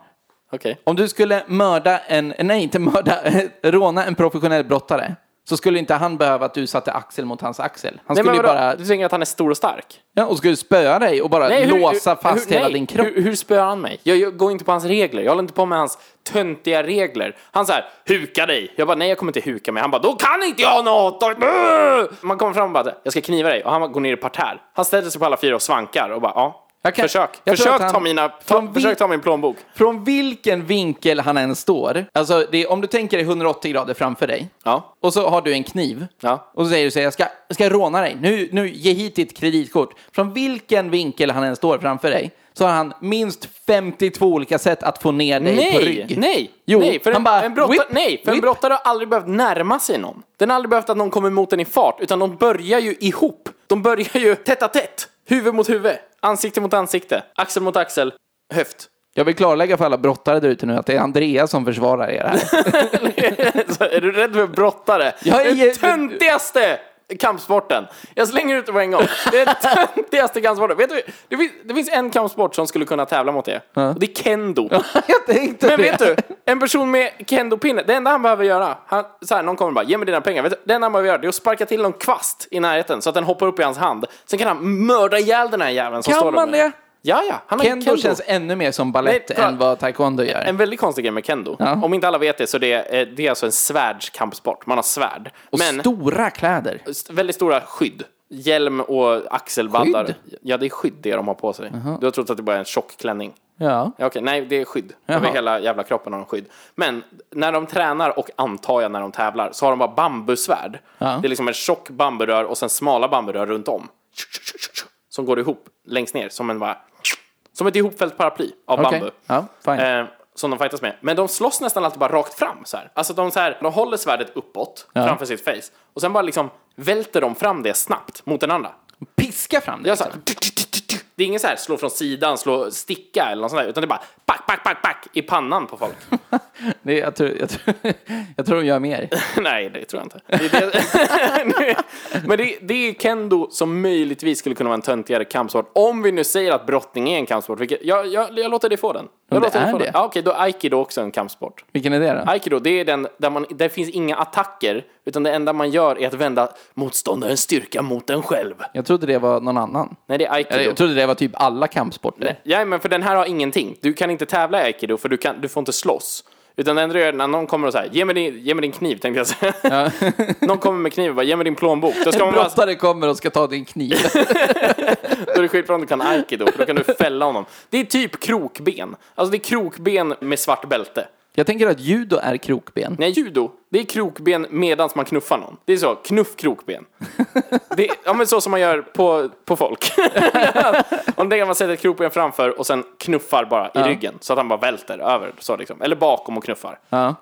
Speaker 3: okej.
Speaker 2: om du skulle mörda en, nej inte mörda, råna en professionell brottare så skulle inte han behöva att du satte axel mot hans axel. Han
Speaker 3: Nej
Speaker 2: skulle
Speaker 3: men
Speaker 2: ju
Speaker 3: vadå,
Speaker 2: bara,
Speaker 3: du tänker att han är stor och stark?
Speaker 2: ja, och skulle spöa dig och bara
Speaker 3: hur-
Speaker 2: låsa
Speaker 3: hur-
Speaker 2: fast
Speaker 3: hur-
Speaker 2: hela
Speaker 3: nej.
Speaker 2: din kropp.
Speaker 3: Hur, hur spöar han mig? Jag, jag går inte på hans regler. Jag håller inte på med hans töntiga regler. Han så här, huka dig. Jag bara, nej jag kommer inte huka mig. Han bara, då kan inte jag något! Brr! Man kommer fram och bara, jag ska kniva dig. Och han bara, går ner i parterre. Han ställer sig på alla fyra och svankar och bara, ja.
Speaker 2: Jag kan-
Speaker 3: försök.
Speaker 2: jag tror
Speaker 3: försök,
Speaker 2: att han-
Speaker 3: ta mina, ta,
Speaker 2: från vi-
Speaker 3: försök ta min plånbok.
Speaker 2: Från vilken vinkel han än står, alltså det, om du tänker dig 180 grader framför dig
Speaker 3: Ja.
Speaker 2: och så har du en kniv
Speaker 3: Ja.
Speaker 2: och så säger du så här, jag ska, jag ska råna dig, nu, nu ge hit ditt kreditkort. Från vilken vinkel han än står framför dig så har han minst 52 olika sätt att få ner dig på
Speaker 3: Nej,
Speaker 2: rygg.
Speaker 3: nej,
Speaker 2: Jo,
Speaker 3: nej, för,
Speaker 2: han
Speaker 3: en,
Speaker 2: bara,
Speaker 3: en brottare,
Speaker 2: whip,
Speaker 3: nej, för en
Speaker 2: whip.
Speaker 3: brottare har aldrig behövt närma sig någon. Den har aldrig behövt att någon kommer mot den i fart, utan de börjar ju ihop. De börjar ju tätt a tätt, huvud mot huvud, ansikte mot ansikte, axel mot axel, höft.
Speaker 2: Jag vill klarlägga för alla brottare där ute nu att det är Andreas som försvarar er här.
Speaker 3: Så är du rädd för brottare?
Speaker 2: Jag är-
Speaker 3: Den töntigaste kampsporten! Jag slänger ut det på en gång. Det är den töntigaste kampsporten. Vet du, det finns, det finns en kampsport som skulle kunna tävla mot det. Och det är kendo.
Speaker 2: jag tänkte
Speaker 3: Men
Speaker 2: det.
Speaker 3: vet du, en person med kendo-pinne, det enda han behöver göra, han, så här, någon kommer och bara ge mig dina pengar. Vet du, det enda han behöver göra det är att sparka till någon kvast i närheten så att den hoppar upp i hans hand. Sen kan han mörda ihjäl den här jäveln som
Speaker 2: Kan
Speaker 3: står där
Speaker 2: man
Speaker 3: med-
Speaker 2: det?
Speaker 3: Ja, ja. Han har ju
Speaker 2: Kendo, känns ännu mer som ballett
Speaker 3: Nej, kolla.
Speaker 2: än vad taekwondo gör.
Speaker 3: en väldigt konstig grej med kendo.
Speaker 2: Ja.
Speaker 3: Om inte alla vet det så det är, eh, det är alltså en svärdskampsport. Man har svärd.
Speaker 2: Och
Speaker 3: Men
Speaker 2: stora kläder.
Speaker 3: st- väldigt stora skydd. Hjälm och axelvaddar.
Speaker 2: Skydd?
Speaker 3: Ja, det är skydd det de har på sig. Du har trott att det bara är en tjock klänning.
Speaker 2: Ja.
Speaker 3: Ja, Okej, nej det är skydd.
Speaker 2: Jaha.
Speaker 3: Över hela jävla kroppen har de skydd. Men när de tränar och antar jag när de tävlar så har de bara bambusvärd. Det är liksom en tjock bamburör och sen smala bamburör runt om. Som går ihop längst ner som en bara... Som ett ihopfällt paraply av
Speaker 2: Okej.
Speaker 3: bambu.
Speaker 2: Ja, fine.
Speaker 3: Eh, som de fightas med. Men de slåss nästan alltid bara rakt fram så här. Alltså de, så här, de håller svärdet uppåt framför sitt face. Och sen bara liksom välter de fram det snabbt mot den andra.
Speaker 2: Piska fram det. liksom.
Speaker 3: Jag sa, det är ingen så här slå från sidan, slå sticka eller något sånt där, utan det är bara pack, pack, pack, pack i pannan på folk.
Speaker 2: Det, jag, tror, jag, tror, jag tror de gör mer.
Speaker 3: Nej, det tror jag inte. Det är det. Men det, det är kendo som möjligtvis skulle kunna vara en töntigare kampsport. Om vi nu säger att brottning är en kampsport, vilket jag, jag, jag låter dig få den. Jag
Speaker 2: det
Speaker 3: låter dig
Speaker 2: är
Speaker 3: få
Speaker 2: det.
Speaker 3: den. Ja, okej, då är aikido också en kampsport.
Speaker 2: Vilken är det då?
Speaker 3: Aikido, det är den där man, där finns inga attacker, utan det enda man gör är att vända motståndarens styrka mot den själv.
Speaker 2: Jag trodde det var någon annan.
Speaker 3: Nej, det är aikido.
Speaker 2: Eller, jag trodde det var typ alla kampsporter.
Speaker 3: Ja, men för den här har ingenting. Du kan inte tävla i aikido för du, kan, du får inte slåss. Utan den rör när någon kommer och säger ge, mig din- ge mig din kniv, tänkte jag säga. någon kommer med kniv och bara, ge mig din plånbok. Då ska
Speaker 2: En
Speaker 3: man bara,
Speaker 2: brottare kommer och ska ta din kniv.
Speaker 3: Då är det skitbra om du kan aikido, för då kan du fälla honom. Det är typ krokben. Alltså det är krokben med svart bälte.
Speaker 2: Jag tänker att judo är krokben.
Speaker 3: Nej, judo, det är krokben medans man knuffar någon. Det är så, knuff krokben. Det är, ja, men så som man gör på, på folk. Om det är att man sätter ett krokben framför och sen knuffar bara i ryggen så att han bara välter över. Så liksom. Eller bakom och knuffar.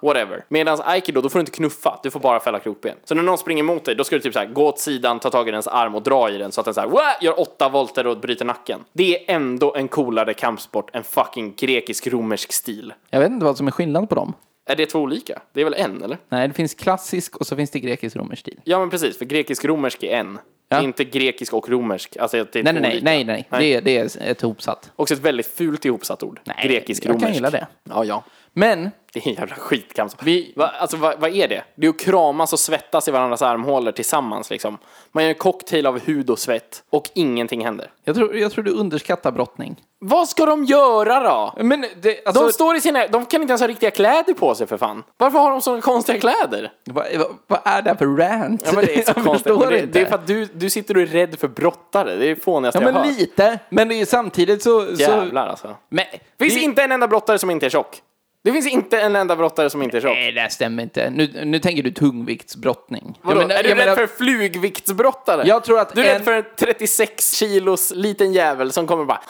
Speaker 3: Whatever. Medans aikido, då får du inte knuffa, du får bara fälla krokben. Så när någon springer mot dig, då ska du typ så här, gå åt sidan, ta tag i dens arm och dra i den så att den så här, "Wah!" gör åtta volter och bryter nacken. Det är ändå en coolare kampsport än fucking grekisk-romersk stil.
Speaker 2: Jag vet inte vad som är skillnad på dem.
Speaker 3: Är det två olika? Det är väl en, eller?
Speaker 2: Nej, det finns klassisk och så finns det grekisk-romersk stil.
Speaker 3: Ja men precis, för grekisk-romersk är en. Det är inte grekisk och romersk. Alltså, det är
Speaker 2: Nej, nej,
Speaker 3: två
Speaker 2: nej,
Speaker 3: olika.
Speaker 2: nej, nej.
Speaker 3: Nej.
Speaker 2: Det, är, det är ett hopsatt.
Speaker 3: Också ett väldigt fult ihopsatt ord.
Speaker 2: Nej,
Speaker 3: Grekisk-romersk.
Speaker 2: jag kan gilla det.
Speaker 3: Ja, ja.
Speaker 2: Men,
Speaker 3: Det är en jävla skitkamp. Vi... Va, alltså vad vad är det? Det är att kramas och svettas i varandras armhålor tillsammans liksom. Man gör en cocktail av hud och svett och ingenting händer.
Speaker 2: jag tror, jag tror du underskattar brottning.
Speaker 3: Vad ska de göra då?
Speaker 2: Men det,
Speaker 3: De
Speaker 2: alltså,
Speaker 3: står i sina... De kan inte ens ha riktiga kläder på sig för fan. Varför har de sådana konstiga kläder?
Speaker 2: vad, vad- vad är det här för rant?
Speaker 3: Ja, men det är så
Speaker 2: jag
Speaker 3: konstigt.
Speaker 2: förstår
Speaker 3: Men Det,
Speaker 2: inte.
Speaker 3: det är för att du, du sitter och är rädd för brottare. Det är det fånigaste
Speaker 2: ja,
Speaker 3: jag har
Speaker 2: men
Speaker 3: hört.
Speaker 2: lite. Men det är samtidigt så... så
Speaker 3: Jävlar alltså.
Speaker 2: men,
Speaker 3: Det finns
Speaker 2: det-
Speaker 3: inte en enda brottare som inte är tjock. Det finns inte en enda brottare som inte är tjock.
Speaker 2: Nej, det här stämmer inte. Nu, nu tänker du tungviktsbrottning.
Speaker 3: Vadå?
Speaker 2: Jag menar-
Speaker 3: är du
Speaker 2: jag
Speaker 3: rädd
Speaker 2: menar-
Speaker 3: för flugviktsbrottare?
Speaker 2: Jag tror att
Speaker 3: du är
Speaker 2: en-
Speaker 3: rädd för en 36 kilos liten jävel som kommer och bara...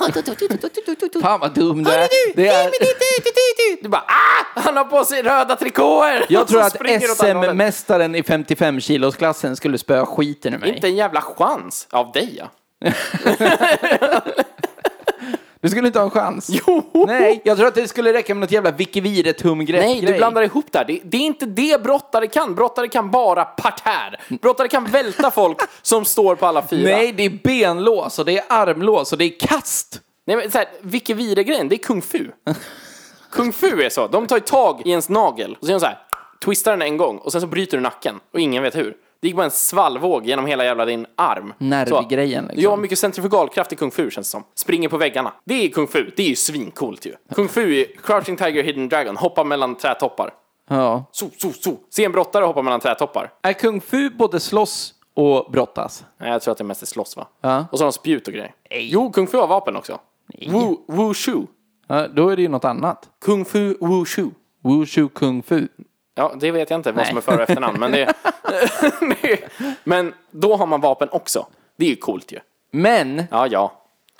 Speaker 2: Fan vad dum du är. Det är
Speaker 3: Du bara ah! Han har på sig röda trikåer!
Speaker 2: jag
Speaker 3: Och
Speaker 2: tror
Speaker 3: så
Speaker 2: att
Speaker 3: springer åt andra hållet.
Speaker 2: SM-mästaren i 55 kilosklassen skulle spöa skiten ur mig.
Speaker 3: Inte en jävla chans av dig ja.
Speaker 2: Du skulle inte ha en chans.
Speaker 3: Jo!
Speaker 2: Nej, jag tror att det skulle räcka med något jävla Vicky Wihre-tumgrepp.
Speaker 3: Nej, du blandar ihop där. Det, det är inte det brottare kan. Brottare kan bara parterre. Brottare kan välta folk som står på alla fyra.
Speaker 2: Nej, det är benlås och det är armlås och det är kast.
Speaker 3: Nej men såhär, Vicky Wihre-grejen, det är kung fu. kung fu är så, de tar ju tag i ens nagel och så gör de såhär, twistar den en gång och sen så bryter du nacken och ingen vet hur. Det gick bara en svallvåg genom hela jävla din arm.
Speaker 2: Nervgrejen,
Speaker 3: Så,
Speaker 2: liksom.
Speaker 3: Du har mycket centrifugalkraft i kung fu känns det som. Springer på väggarna. Det är kung fu, det är ju svincoolt ju. Kung fu är crouching tiger, hidden dragon, hoppa mellan trätoppar.
Speaker 2: Ja.
Speaker 3: So, so, so. Se en brottare hoppa mellan trätoppar.
Speaker 2: Är kung fu både slåss och brottas?
Speaker 3: Nej, jag tror att det mest är slåss va? Och så har de spjut och grejer. Jo, kung fu har vapen också. Wu, wushu.
Speaker 2: Ja, då är det ju något annat.
Speaker 3: Kung fu, wushu.
Speaker 2: Wushu kung fu.
Speaker 3: Ja, det vet jag inte vad som är före och efternamn, men det... det- men då har man vapen också. Det är ju coolt ju.
Speaker 2: Men,
Speaker 3: Ja, ja.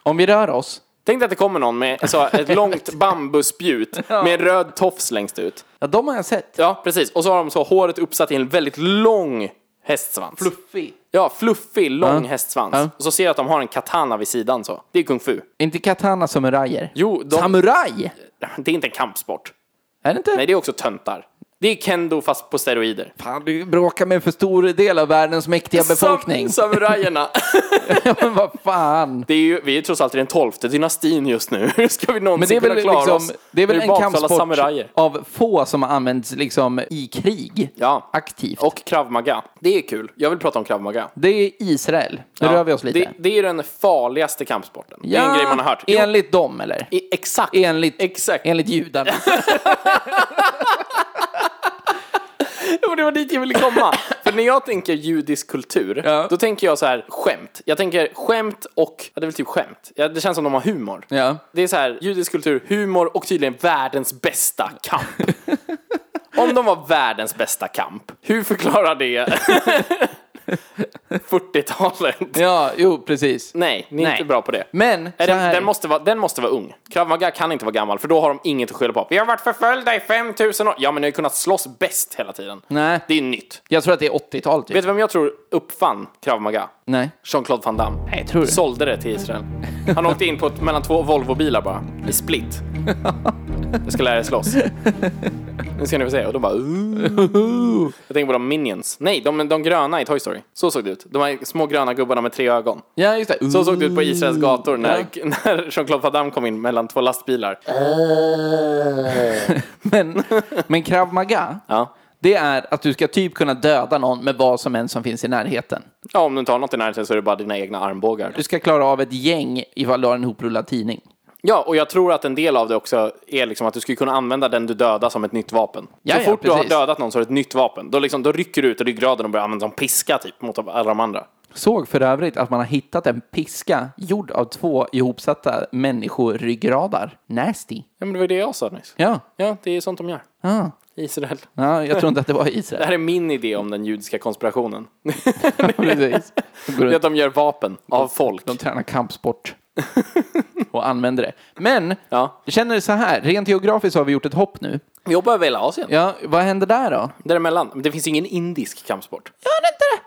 Speaker 2: om vi rör oss.
Speaker 3: Tänk dig att det kommer någon med så, ett långt bambuspjut med en röd tofs längst ut.
Speaker 2: Ja, de har jag sett.
Speaker 3: Ja, precis. Och så har de så håret uppsatt i en väldigt lång hästsvans.
Speaker 2: Fluffy.
Speaker 3: ja, fluffig, lång hästsvans.
Speaker 2: Ja.
Speaker 3: Och så ser jag att de har en katana vid sidan så. Det är kung fu.
Speaker 2: Inte katana samurajer.
Speaker 3: Jo, de-
Speaker 2: Samuraj?
Speaker 3: Det är inte en kampsport.
Speaker 2: Är det inte?
Speaker 3: Nej, det är också töntar. Det är kendo fast på steroider.
Speaker 2: Fan, du bråkar med en för stor del av världens mäktiga befolkning.
Speaker 3: Sam- samurajerna.
Speaker 2: Men vad fan.
Speaker 3: Det är ju, vi är ju trots allt i den tolfte dynastin just nu. Hur ska vi
Speaker 2: Men det
Speaker 3: någonsin
Speaker 2: är väl,
Speaker 3: kunna klara
Speaker 2: liksom,
Speaker 3: oss?
Speaker 2: det är väl
Speaker 3: Vi
Speaker 2: en
Speaker 3: bakfulla
Speaker 2: kampsport
Speaker 3: samurajer.
Speaker 2: av få som har använts liksom i krig.
Speaker 3: Ja.
Speaker 2: Aktivt.
Speaker 3: Och krav maga. Det är kul. Jag vill prata om krav maga.
Speaker 2: det är Israel. Nu rör vi oss lite.
Speaker 3: Det, det är ju den farligaste kampsporten. Det är en grej man har hört. Jo, E-
Speaker 2: Enligt dem eller?
Speaker 3: i- exakt.
Speaker 2: Enligt,
Speaker 3: Exakt.
Speaker 2: enligt judarna.
Speaker 3: Jo, det var dit jag ville komma. För när jag tänker judisk kultur,
Speaker 2: Ja.
Speaker 3: då tänker jag så här skämt. Jag tänker skämt och, ja det är väl typ skämt. Ja, det känns som de har humor.
Speaker 2: Ja.
Speaker 3: Det är så här judisk kultur, humor och tydligen världens bästa kamp. Om de var världens bästa kamp, hur förklarar det 40-talet?
Speaker 2: ja, jo precis.
Speaker 3: Nej, ni är
Speaker 2: Nej.
Speaker 3: inte bra på det.
Speaker 2: Men,
Speaker 3: Är
Speaker 2: så
Speaker 3: den,
Speaker 2: här,
Speaker 3: den, måste vara, den måste vara ung. Krav Maga kan inte vara gammal, för då har de inget att skylla på. Vi har varit förföljda i 5000 år. Ja, men ni har ju kunnat slåss bäst hela tiden.
Speaker 2: Nej.
Speaker 3: Det är nytt.
Speaker 2: jag tror att det är 80-tal typ.
Speaker 3: Vet du vem jag tror uppfann Krav Maga?
Speaker 2: Nej.
Speaker 3: Jean-Claude Van Damme.
Speaker 2: Jag tror det.
Speaker 3: Sålde det till Israel. Han åkte in på ett, mellan två Volvo-bilar bara. I split. Jag ska lära er slåss. Nu ska ni få se. Och de bara... "Ooh." Jag tänker på de minions. Nej, de, de gröna i Toy Story. Så såg det ut. De här små gröna gubbarna med tre ögon.
Speaker 2: Ja, just det.
Speaker 3: Så såg det ut på Israels gator när,
Speaker 2: Ja.
Speaker 3: när Jean-Claude Van Damme kom in mellan två lastbilar.
Speaker 2: Ah. Men, men krav maga,
Speaker 3: Ja.
Speaker 2: det är att du ska typ kunna döda någon med vad som än som finns i närheten.
Speaker 3: ja, om du inte har något i närheten så är det bara dina egna armbågar.
Speaker 2: Du ska klara av ett gäng ifall du har en hoprullad tidning.
Speaker 3: Ja, och jag tror att en del av det också är liksom att du skulle kunna använda den du dödar som ett nytt vapen.
Speaker 2: Jaja,
Speaker 3: så fort du har
Speaker 2: precis.
Speaker 3: dödat någon så är det ett nytt vapen. Då, liksom, då rycker du ut ryggraden och börjar använda som piska typ mot alla de andra.
Speaker 2: Såg för övrigt att man har hittat en piska gjord av två ihopsatta människoryggrader. Nasty.
Speaker 3: Ja, men det var det jag sa nyss.
Speaker 2: Ja.
Speaker 3: Ja, det är sånt de gör.
Speaker 2: Ah.
Speaker 3: Israel.
Speaker 2: ja, jag tror inte att det var
Speaker 3: Det
Speaker 2: Israel.
Speaker 3: här är min idé om den judiska konspirationen.
Speaker 2: Precis. De går
Speaker 3: Det är att
Speaker 2: runt,
Speaker 3: de gör vapen av folk.
Speaker 2: de tränar kampsport. Och använder det. Men,
Speaker 3: Ja.
Speaker 2: känner du så här, rent geografiskt har vi gjort ett hopp nu.
Speaker 3: Vi jobbar över hela Asien.
Speaker 2: Ja, vad händer där då?
Speaker 3: Däremellan. Men det finns ju ingen indisk kampsport.
Speaker 2: Ja, vänta det!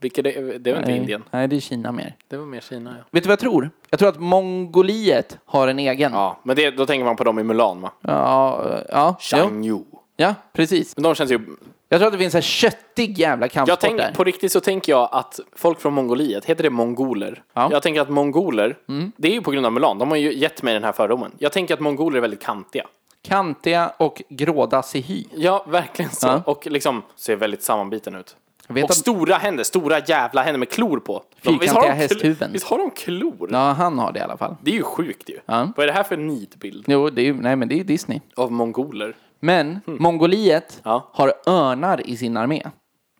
Speaker 3: Vilket det, det var inte Indien.
Speaker 2: Nej, det är Kina mer.
Speaker 3: Det var mer Kina, ja.
Speaker 2: Vet du vad jag tror? Jag tror att Mongoliet har en egen.
Speaker 3: Ja, men det, då tänker man på dem i Mulan, va?
Speaker 2: Ja, ja, jo,
Speaker 3: Changyu.
Speaker 2: ja precis.
Speaker 3: Men de känns ju...
Speaker 2: Jag tror att det finns en köttig jävla
Speaker 3: Jag
Speaker 2: kampsport
Speaker 3: tänk,
Speaker 2: där.
Speaker 3: på riktigt så tänker jag att folk från Mongoliet, heter det mongoler?
Speaker 2: Ja. Mm.
Speaker 3: Jag tänker att mongoler, det är ju på grund av Mulan, de har ju gett mig den här fördomen. Jag tänker att mongoler är väldigt kantiga.
Speaker 2: Kantiga och grådassig hy.
Speaker 3: Ja, verkligen så.
Speaker 2: Ja.
Speaker 3: Och liksom ser väldigt sammanbiten ut.
Speaker 2: Jag vet
Speaker 3: och
Speaker 2: att-
Speaker 3: stora händer, stora jävla händer med klor på. De-
Speaker 2: Fyrkantiga
Speaker 3: visst har de kl-
Speaker 2: hästhuven.
Speaker 3: Visst har de klor?
Speaker 2: Ja, han har det i alla fall.
Speaker 3: Det är ju sjukt ju. Vad är det här för nidbild
Speaker 2: Jo, det är ju, nej men det är ju Disney.
Speaker 3: av mongoler?
Speaker 2: Men Mongoliet
Speaker 3: Hmm. Ja.
Speaker 2: har örnar i sin armé. Eller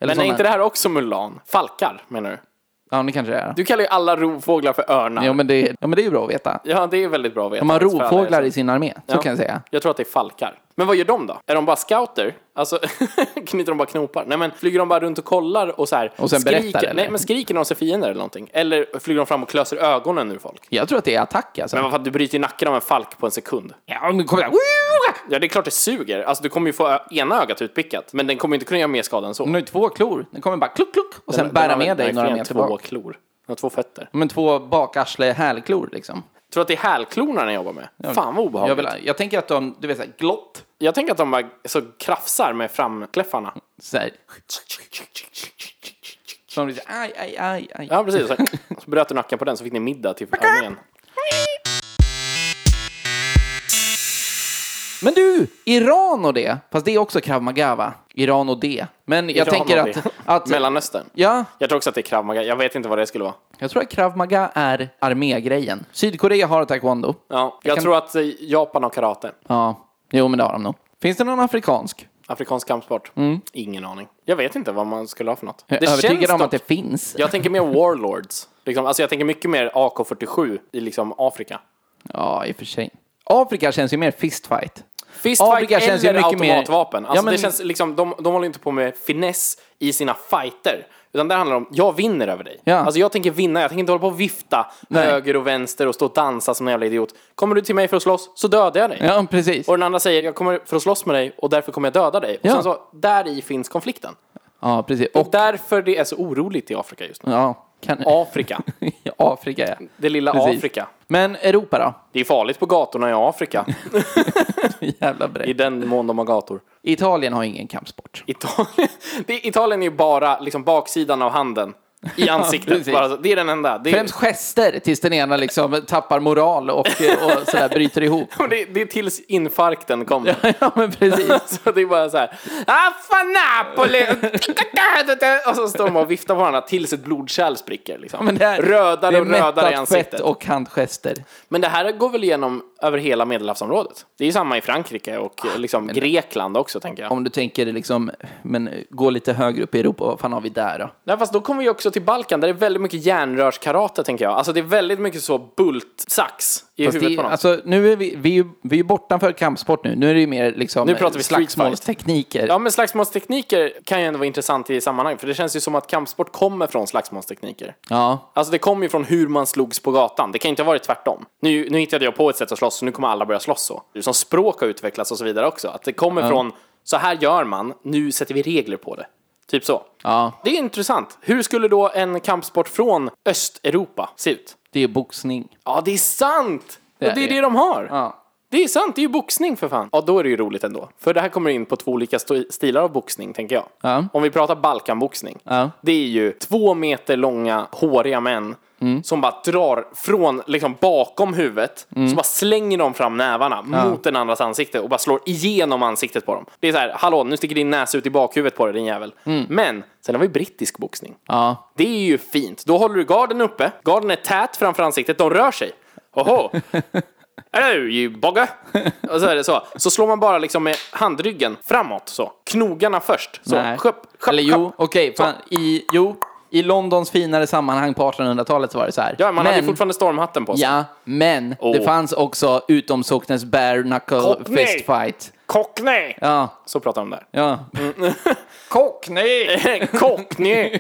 Speaker 3: Men är
Speaker 2: såna-
Speaker 3: inte det här också Mulan? Falkar, menar du?
Speaker 2: Ja, det kanske det är.
Speaker 3: Du kallar ju alla rovfåglar för örnar.
Speaker 2: Jo, men det, ja, men det är ju bra att veta.
Speaker 3: Ja, det är väldigt bra att veta.
Speaker 2: De har
Speaker 3: För alla är
Speaker 2: rovfåglar
Speaker 3: så.
Speaker 2: i sin armé, så
Speaker 3: Ja.
Speaker 2: kan jag säga.
Speaker 3: Jag tror att det är falkar. Men vad gör de då? Är de bara scouter? Alltså, knyter de bara knopar? Nej men, flyger de bara runt och kollar och så här?
Speaker 2: Och sen
Speaker 3: skriker,
Speaker 2: berättar, eller?
Speaker 3: Nej men skriker när de ser fiender eller någonting? Eller flyger de fram och klöser ögonen ur folk?
Speaker 2: Jag tror att det är attack alltså.
Speaker 3: Men vad fan, du bryter ju nacken av en falk på en sekund.
Speaker 2: Ja, nu kommer jag.
Speaker 3: Ja, det är klart det suger. Alltså, du kommer ju få ö- ena ögat utpickat, men den kommer ju inte kunna göra mer skada än så.
Speaker 2: Hon har ju två klor. Den kommer bara kluck, kluck och sen
Speaker 3: Den- den
Speaker 2: bära
Speaker 3: har väl
Speaker 2: med dig några
Speaker 3: verkligen
Speaker 2: meter
Speaker 3: två
Speaker 2: bak.
Speaker 3: klor. Den har två fötter.
Speaker 2: Men två bakarsle hälklor liksom.
Speaker 3: Jag tror att det är hälklorna ni jobbar med. Fan vad
Speaker 2: Jag,
Speaker 3: obehagligt. Jag,
Speaker 2: vill, jag tänker att de, du vet såhär glott,
Speaker 3: tänker att de bara så krafsar med framkläffarna.
Speaker 2: Mm. såhär. Så de blir såhär, aj, aj, aj, aj.
Speaker 3: Ja, precis. Så, här. så bröt du nacken på den så fick ni middag till armén.
Speaker 2: Men du, Iran och det. Fast det är också krav maga va? Iran och det. Men jag tänker
Speaker 3: Iran och
Speaker 2: att,
Speaker 3: det.
Speaker 2: att...
Speaker 3: Mellanöstern.
Speaker 2: Ja,
Speaker 3: Jag tror också att det är krav Maga. Jag vet inte vad det skulle vara.
Speaker 2: jag tror att krav maga är armégrejen. Sydkorea har taekwondo.
Speaker 3: Ja, jag
Speaker 2: kan-
Speaker 3: tror att eh, Japan har karate.
Speaker 2: Ja, jo men det har de nog. Finns det någon afrikansk?
Speaker 3: Afrikansk kampsport. Ingen aning. Jag vet inte vad man skulle ha för något.
Speaker 2: Mm. Jag är övertygad om
Speaker 3: dock-
Speaker 2: att det finns.
Speaker 3: Jag tänker mer Warlords. Liksom, alltså jag tänker mycket mer AK47 i liksom Afrika.
Speaker 2: Ja, i och för sig. Afrika känns ju mer fistfight.
Speaker 3: Fistfight
Speaker 2: Afrika
Speaker 3: eller
Speaker 2: känns ju mycket mer-
Speaker 3: automatvapen. Alltså
Speaker 2: Ja, men-
Speaker 3: det känns liksom, de, de håller inte på med finess i sina fighter. Utan det handlar om, jag vinner över dig.
Speaker 2: Ja.
Speaker 3: Alltså jag tänker vinna, jag tänker inte hålla på och vifta
Speaker 2: Nej.
Speaker 3: höger och vänster och stå och dansa som en jävla idiot. Kommer du till mig för att slåss, så dödar jag dig.
Speaker 2: Ja, precis.
Speaker 3: Och den andra säger, jag kommer för att slåss med dig och därför kommer jag döda dig.
Speaker 2: Ja.
Speaker 3: Och sen så, där i finns konflikten.
Speaker 2: Ja, precis. Och,
Speaker 3: Därför det är så oroligt i Afrika just nu.
Speaker 2: ja, kan...
Speaker 3: Afrika,
Speaker 2: Ja, Afrika, ja.
Speaker 3: det lilla
Speaker 2: Precis.
Speaker 3: Afrika.
Speaker 2: Men Europa då?
Speaker 3: Det är farligt på gatorna i Afrika.
Speaker 2: Jävla
Speaker 3: I
Speaker 2: brett.
Speaker 3: den mån de har gator.
Speaker 2: Italien har ingen kampsport.
Speaker 3: Italien, det, är- Italien är ju bara liksom baksidan av handen. I ansiktet.
Speaker 2: precis.
Speaker 3: bara, så. det är den enda. Det är,
Speaker 2: Främst gester tills den ena liksom tappar moral och, och sådär bryter ihop.
Speaker 3: Och det, det är tills infarkten kommer.
Speaker 2: Ja, men precis.
Speaker 3: Så det är bara så här. "Affa Napoli! Och så står de och viftar på varandra tills ett blodkärl spricker. Liksom.
Speaker 2: Men det här-
Speaker 3: rödare
Speaker 2: det är
Speaker 3: och rödare
Speaker 2: mättat
Speaker 3: i
Speaker 2: fett
Speaker 3: ansiktet.
Speaker 2: och handgester.
Speaker 3: Men det här går väl igenom över hela medelhavsområdet? Det är ju samma i Frankrike och eh, liksom Grekland också tänker jag.
Speaker 2: Om du tänker liksom, men eh, gå lite högre upp i Europa, vad fan har vi där då?
Speaker 3: Nej, fast då kommer vi också till Balkan där det är väldigt mycket järnrörskarate tänker jag. Alltså det är väldigt mycket så bultsax i
Speaker 2: Fast
Speaker 3: huvudet
Speaker 2: det,
Speaker 3: på någon.
Speaker 2: alltså, nu är vi, vi, är ju, vi är ju bortanför kampsport nu. Nu är det ju mer liksom
Speaker 3: Nu pratar vi
Speaker 2: slagsmålstekniker.
Speaker 3: Ja, men slagsmålstekniker kan ju ändå vara intressant i sammanhang, för det känns ju som att kampsport kommer från slagsmålstekniker.
Speaker 2: Ja.
Speaker 3: Alltså det kommer ju från hur man slogs på gatan, det kan inte ha varit tvärtom. Nu, nu hittade jag på ett sätt att slåss, så nu kommer alla börja slåss så. Det är Som språk har utvecklats och så vidare också, att det kommer från så här gör man, nu sätter vi regler på det. Typ så.
Speaker 2: Ja.
Speaker 3: Det är intressant. Hur skulle då en kampsport från Östeuropa se ut?
Speaker 2: det är boxning.
Speaker 3: Ja, det är sant! Det
Speaker 2: är
Speaker 3: är, det, är
Speaker 2: det.
Speaker 3: det de har.
Speaker 2: Ja.
Speaker 3: Det är sant, det är ju boxning för fan. Ja, då är det ju roligt ändå. För det här kommer in på två olika sto- stilar av boxning, tänker jag.
Speaker 2: Ja.
Speaker 3: Om vi pratar Balkanboxning.
Speaker 2: Ja.
Speaker 3: Det är ju två meter långa, håriga män
Speaker 2: Mm.
Speaker 3: som bara drar från, liksom bakom huvudet,
Speaker 2: Mm.
Speaker 3: så bara slänger de fram nävarna mot den andras ansikte och bara slår igenom ansiktet på dem. Det är så här, hallå, nu sticker din näsa ut i bakhuvudet på dig, din jävel. Men, sen har vi brittisk boxning.
Speaker 2: Mm. Ja.
Speaker 3: Det är ju fint. Då håller du garden uppe. Garden är tät framför ansiktet. De rör sig. Hoho! Hello you bogger! Och så är det så. Så slår man bara liksom med handryggen framåt så. Knogarna först. Så.
Speaker 2: Nej.
Speaker 3: Sköpp, sköpp,
Speaker 2: Eller
Speaker 3: sköpp.
Speaker 2: jo, okej. fan, i, jo, i Londons finare sammanhang på 1800-talet så var det så här.
Speaker 3: Ja, man hade ju
Speaker 2: Men-
Speaker 3: fortfarande stormhatten på sig.
Speaker 2: Ja, men det
Speaker 3: Oh.
Speaker 2: fanns också utomsocknes bare knuckle
Speaker 3: Kock, nej!
Speaker 2: fist fight.
Speaker 3: Cockney!
Speaker 2: Ja,
Speaker 3: Så pratar de där.
Speaker 2: ja.
Speaker 3: Cockney! Cockney!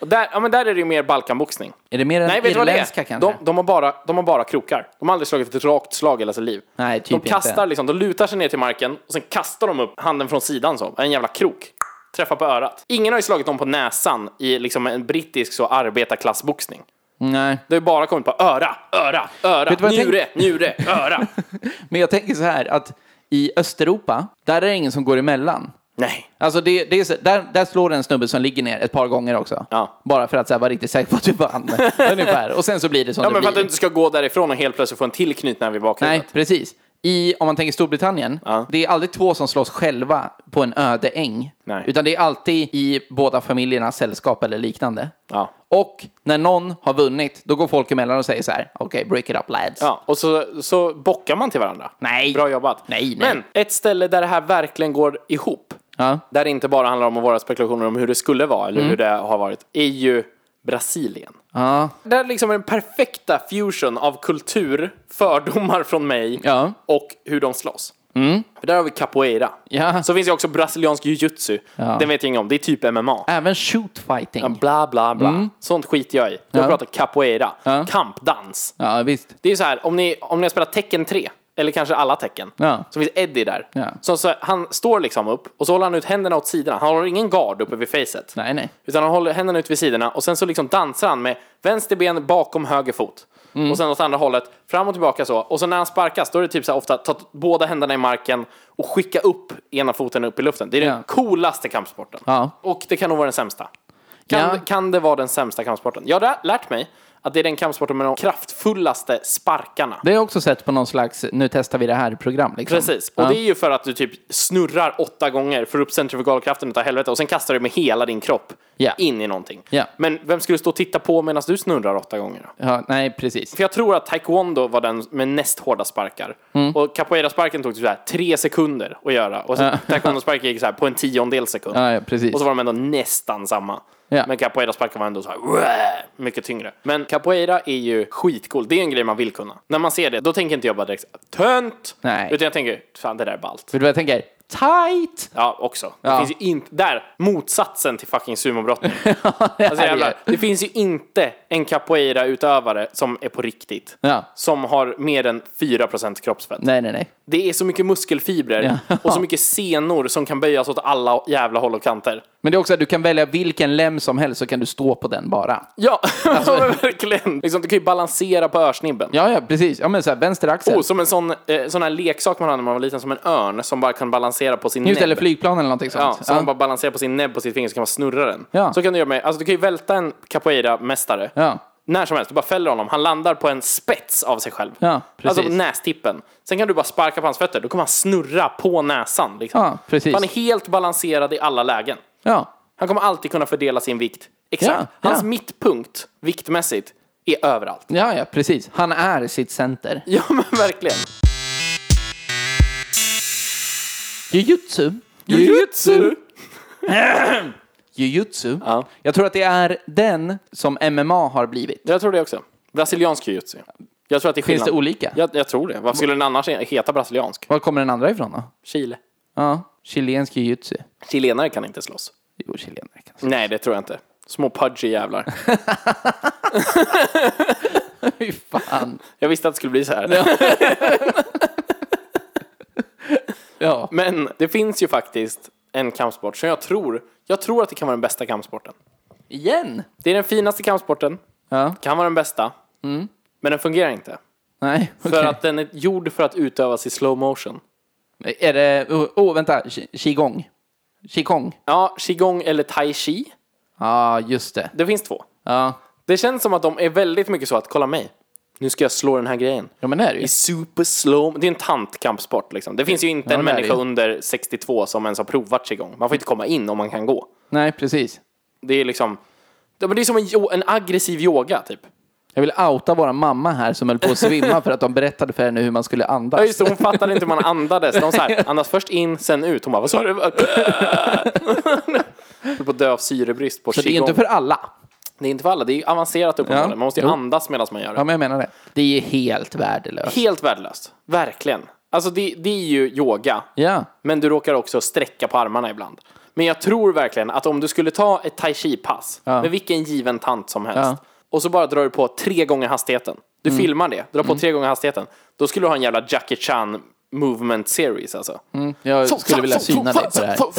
Speaker 3: Och där, ja, men där är det ju mer Balkanboxning.
Speaker 2: Är det mer än
Speaker 3: Nej, vet du vad det
Speaker 2: irländska
Speaker 3: är?
Speaker 2: kanske?
Speaker 3: De, de, har bara, de har bara krokar. De har aldrig slagit ett rakt slag i hela sitt liv.
Speaker 2: Nej, typ
Speaker 3: de kastar
Speaker 2: inte.
Speaker 3: liksom, de lutar sig ner till marken och sen kastar de upp handen från sidan så. En jävla krok. Träffar på örat. Ingen har ju slagit dem på näsan i liksom en brittisk så arbetarklassboxning.
Speaker 2: Nej.
Speaker 3: Det har ju bara kommit på öra, öra, öra,
Speaker 2: Vet du vad jag
Speaker 3: njure, njure, öra.
Speaker 2: Men jag tänker så här att i Östeuropa, där är det ingen som går emellan.
Speaker 3: Nej.
Speaker 2: Alltså det, det är så, där, där slår en snubbe som ligger ner ett par gånger också.
Speaker 3: Ja.
Speaker 2: Bara för att så här, vara riktigt säker på att du vann. Ungefär. Och sen så blir det som
Speaker 3: Ja,
Speaker 2: det
Speaker 3: men för att du
Speaker 2: blir.
Speaker 3: inte ska gå därifrån och helt plötsligt få en till knytnäve i bakhuvudet.
Speaker 2: Nej, precis. I, om man tänker Storbritannien,
Speaker 3: Ja.
Speaker 2: det är aldrig två som slåss själva på en öde äng.
Speaker 3: Nej.
Speaker 2: Utan det är alltid i båda familjernas sällskap eller liknande.
Speaker 3: Ja.
Speaker 2: Och när någon har vunnit, då går folk emellan och säger så här, okej, break it up lads.
Speaker 3: Ja, och så, så bockar man till varandra.
Speaker 2: Nej.
Speaker 3: Bra jobbat.
Speaker 2: Nej, nej.
Speaker 3: Men ett ställe där det här verkligen går ihop,
Speaker 2: Ja.
Speaker 3: där det inte bara handlar om våra spekulationer om hur det skulle vara eller hur det har varit, är ju Brasilien.
Speaker 2: Mm. Ja.
Speaker 3: Där liksom är den perfekta fusion av kultur, fördomar från mig
Speaker 2: Ja. Mm.
Speaker 3: och hur de slåss. För där har vi capoeira.
Speaker 2: Ja.
Speaker 3: Så finns det också brasiliansk jujutsu. Den vet jag inget om. Det är typ MMA.
Speaker 2: Även shoot fighting.
Speaker 3: Ja, Bla, bla, bla.
Speaker 2: Mm.
Speaker 3: Sånt skiter jag i. Jag pratar capoeira. Kampdans.
Speaker 2: Ja, visst.
Speaker 3: Det är ju så här, om ni, om ni har spelat tecken 3, eller kanske alla tecken,
Speaker 2: Ja.
Speaker 3: så finns Eddie där.
Speaker 2: Ja.
Speaker 3: Så, så han står liksom upp och så håller han ut händerna åt sidorna. Han håller ingen gard uppe vid facet.
Speaker 2: Nej, nej.
Speaker 3: Utan han håller händerna ut vid sidorna och sen så liksom dansar han med vänster ben bakom höger fot.
Speaker 2: Mm.
Speaker 3: Och sen åt andra hållet, fram och tillbaka så. Och så när han sparkas, då är det typ så här ofta, ta t- båda händerna i marken och skicka upp ena foten upp i luften. Det är
Speaker 2: Ja.
Speaker 3: den coolaste kampsporten.
Speaker 2: Ja.
Speaker 3: Och det kan nog vara den sämsta. Kan,
Speaker 2: Ja.
Speaker 3: kan det vara den sämsta kampsporten? Jag har lä- lärt mig att det är den kampsporten med de kraftfullaste sparkarna.
Speaker 2: Det har jag också sett på någon slags, nu testar vi det här-program. Liksom.
Speaker 3: Precis, och
Speaker 2: ja.
Speaker 3: det är ju för att du typ snurrar åtta gånger, får upp centrifugalkraften utav helvete och sen kastar du med hela din kropp
Speaker 2: Ja.
Speaker 3: in i någonting.
Speaker 2: Ja.
Speaker 3: Men vem skulle stå och titta på medan du snurrar åtta gånger? då?
Speaker 2: Ja, nej, precis.
Speaker 3: För jag tror att taekwondo var den med näst hårda sparkar.
Speaker 2: Mm.
Speaker 3: Och capoeira-sparken tog typ så här tre sekunder att göra. Och sen taekwondo-sparken gick så här på en tiondel sekund.
Speaker 2: Ja, ja, precis.
Speaker 3: Och så var de ändå nästan samma.
Speaker 2: Ja.
Speaker 3: Men capoeira-sparken var ändå så här "Wah!" mycket tyngre. Men capoeira är ju skitcool. Det är en grej man vill kunna. När man ser det, då tänker inte jag bara direkt tönt!
Speaker 2: Nej.
Speaker 3: Utan jag tänker, fan det där är ballt.
Speaker 2: Vet du vad jag tänker? Tight!
Speaker 3: Ja, också.
Speaker 2: Ja.
Speaker 3: Det finns ju inte, där, motsatsen till fucking sumobrottning. Alltså,
Speaker 2: här är-
Speaker 3: jävlar, det finns ju inte en capoeira-utövare som är på riktigt.
Speaker 2: Ja.
Speaker 3: Som har mer än 4% kroppsfett.
Speaker 2: Nej, nej, nej.
Speaker 3: Det är så mycket muskelfibrer
Speaker 2: Ja.
Speaker 3: och så mycket senor som kan böjas åt alla jävla håll och kanter.
Speaker 2: Men det är också att du kan välja vilken lem som helst så kan du stå på den bara.
Speaker 3: Ja,
Speaker 2: Alltså-
Speaker 3: men verkligen. Liksom, du kan ju balansera på örsnibben.
Speaker 2: Ja, ja, precis. Ja, men så här, vänster axel.
Speaker 3: Oh, som en sån, eh, sån här leksak man hade när man var liten, som en örn som bara kan balansera på sin
Speaker 2: Just det, eller
Speaker 3: näbb.
Speaker 2: flygplan eller någonting sånt.
Speaker 3: Ja, så man bara balanserar på sin näbb på sitt finger så kan man snurra den.
Speaker 2: Ja.
Speaker 3: Så kan du göra med, alltså du kan ju välta en capoeira-mästare
Speaker 2: Ja.
Speaker 3: när som helst. Du bara fäller honom, han landar på en spets av sig själv.
Speaker 2: Ja, precis.
Speaker 3: alltså på nästippen. Sen kan du bara sparka på hans fötter, då kommer han snurra på näsan. Liksom.
Speaker 2: Ja, precis.
Speaker 3: Han är helt balanserad i alla lägen.
Speaker 2: ja.
Speaker 3: Han kommer alltid kunna fördela sin vikt. Exakt.
Speaker 2: Ja,
Speaker 3: Hans
Speaker 2: ja.
Speaker 3: mittpunkt, viktmässigt, är överallt.
Speaker 2: Ja, ja, precis. Han är sitt center.
Speaker 3: Ja, men verkligen.
Speaker 2: Jujutsu. Mm. Jujutsu.
Speaker 3: Ja.
Speaker 2: Jag tror att det är den som MMA har blivit.
Speaker 3: Jag tror det också. Brasiliansk jujutsu. Jag tror att det är
Speaker 2: Finns
Speaker 3: skillnad.
Speaker 2: det olika?
Speaker 3: Jag, jag tror det. Varför skulle den annars heta brasiliansk?
Speaker 2: Var kommer den andra ifrån då?
Speaker 3: Chile.
Speaker 2: Ja, chilensk jujutsu.
Speaker 3: Chilenare kan inte slåss.
Speaker 2: Jo, chilenare kanske.
Speaker 3: Nej, det tror jag inte. Små pudgy jävlar.
Speaker 2: Fy fan.
Speaker 3: Jag visste att det skulle bli så här.
Speaker 2: Ja.
Speaker 3: Men det finns ju faktiskt en kampsport som jag tror, jag tror att det kan vara den bästa kampsporten.
Speaker 2: Igen?
Speaker 3: Det är den finaste kampsporten,
Speaker 2: Ja.
Speaker 3: kan vara den bästa, men den fungerar inte.
Speaker 2: Nej, Mm. okej.
Speaker 3: För att den är gjord för att utövas i slow motion.
Speaker 2: Är det... Åh, oh, vänta. Qi- Qigong. Qigong.
Speaker 3: Ja, qigong eller tai chi,
Speaker 2: Ja, just det.
Speaker 3: det finns två.
Speaker 2: Ja.
Speaker 3: Det känns som att de är väldigt mycket så att, kolla mig, nu ska jag slå den här grejen.
Speaker 2: Ja, men det är det
Speaker 3: I
Speaker 2: ju.
Speaker 3: super slow, det är en tantkampsport liksom. Det finns ju inte
Speaker 2: Ja,
Speaker 3: en
Speaker 2: det är det
Speaker 3: människa
Speaker 2: ju.
Speaker 3: under 62 som ens har provat qigong. Man får inte komma in om man kan gå.
Speaker 2: Nej, precis.
Speaker 3: Det är liksom, det men det är som en, yo- en aggressiv yoga typ.
Speaker 2: Jag vill outa våra mamma här som höll på att svimma för att de berättade för henne hur man skulle andas.
Speaker 3: Ja, just det, hon fattade inte hur man andades. De så här, andas först in, sen ut. Hon bara, vad sa du? Höll på att dö av syrebrist på
Speaker 2: Så det är inte för alla.
Speaker 3: det är inte för alla, det är ju avancerat uppenbarligen.
Speaker 2: Ja.
Speaker 3: Man måste ju
Speaker 2: Jo.
Speaker 3: andas medan man gör det.
Speaker 2: Ja, men jag menar det. Det är helt värdelöst.
Speaker 3: Helt värdelöst. Verkligen. Alltså det, det är ju yoga.
Speaker 2: Ja.
Speaker 3: Men du råkar också sträcka på armarna ibland. Men jag tror verkligen att om du skulle ta ett tai chi-pass med vilken given tant som helst
Speaker 2: Ja. Mm.
Speaker 3: och så bara drar du på tre gånger hastigheten. Du filmar det, drar på tre gånger hastigheten. Då skulle du ha en jävla Jackie Chan movement series alltså.
Speaker 2: Jag skulle vilja syna dig på det här. Jag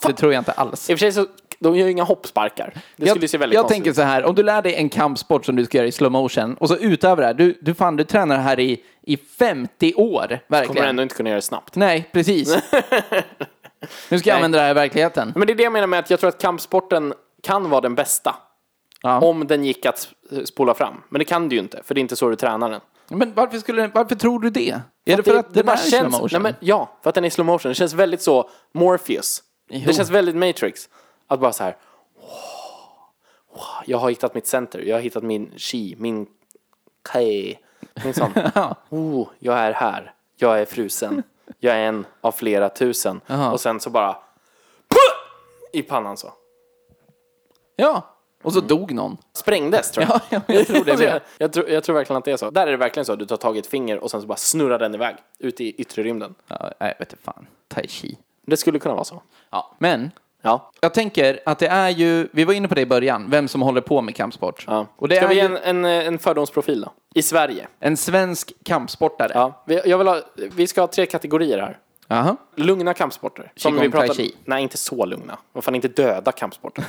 Speaker 2: tror, det tror jag inte alls.
Speaker 3: I och för sig så, de gör ju inga hoppsparkar. Det skulle ju se väldigt
Speaker 2: jag
Speaker 3: konstigt
Speaker 2: tänker så här, om du lär dig en kampsport som du ska göra i slow motion och så utöver det här, du, du, fan, du tränar det här i, i 50 år,
Speaker 3: ut. Kommer
Speaker 2: verkligen.
Speaker 3: ändå inte kunna göra det snabbt.
Speaker 2: Nej, precis. nu ska jag använda det här i verkligheten.
Speaker 3: Men det är det jag menar med att jag tror att kampsporten kan vara den bästa.
Speaker 2: Ja.
Speaker 3: Om den gick att spola fram. Men det kan du ju inte, för det är inte så du tränar den.
Speaker 2: Men varför, skulle, varför tror du det? Är det för att den är i slow motion?
Speaker 3: Nej, men, ja, för att den är i slow motion. Det känns väldigt så Morpheus. Det känns väldigt Matrix. Att bara så här. Wow, wow, jag har hittat mitt center. Jag har hittat min chi, min kai. Min sån. oh, jag är här. Jag är frusen. Jag är en av flera tusen. Och sen så bara. Puh! I pannan så.
Speaker 2: Ja, och
Speaker 3: Mm.
Speaker 2: så dog någon.
Speaker 3: Sprängdes tror jag.
Speaker 2: Ja, ja, jag tror det
Speaker 3: Alltså,
Speaker 2: med.
Speaker 3: jag, jag, tror, jag tror verkligen att det är så. Där är det verkligen så. Du tar tag i ett finger och sen så bara snurrar den iväg. Ut i yttre rymden.
Speaker 2: Ja, nej, jag vet inte fan. Tai chi.
Speaker 3: Det skulle kunna vara så.
Speaker 2: Ja. Men
Speaker 3: Ja.
Speaker 2: jag tänker att det är ju, vi var inne på det i början, vem som håller på med kampsport. Och det
Speaker 3: Ska
Speaker 2: är
Speaker 3: vi ge
Speaker 2: ju
Speaker 3: en, en, en fördomsprofil då? I Sverige.
Speaker 2: en svensk kampsportare.
Speaker 3: Ja. Vi, jag vill ha, vi ska ha tre kategorier här.
Speaker 2: Aha.
Speaker 3: Lugna kampsporter.
Speaker 2: Qigong,
Speaker 3: vi pratade-
Speaker 2: tai chi.
Speaker 3: Nej, inte så lugna. Vad fan, inte döda kampsporter.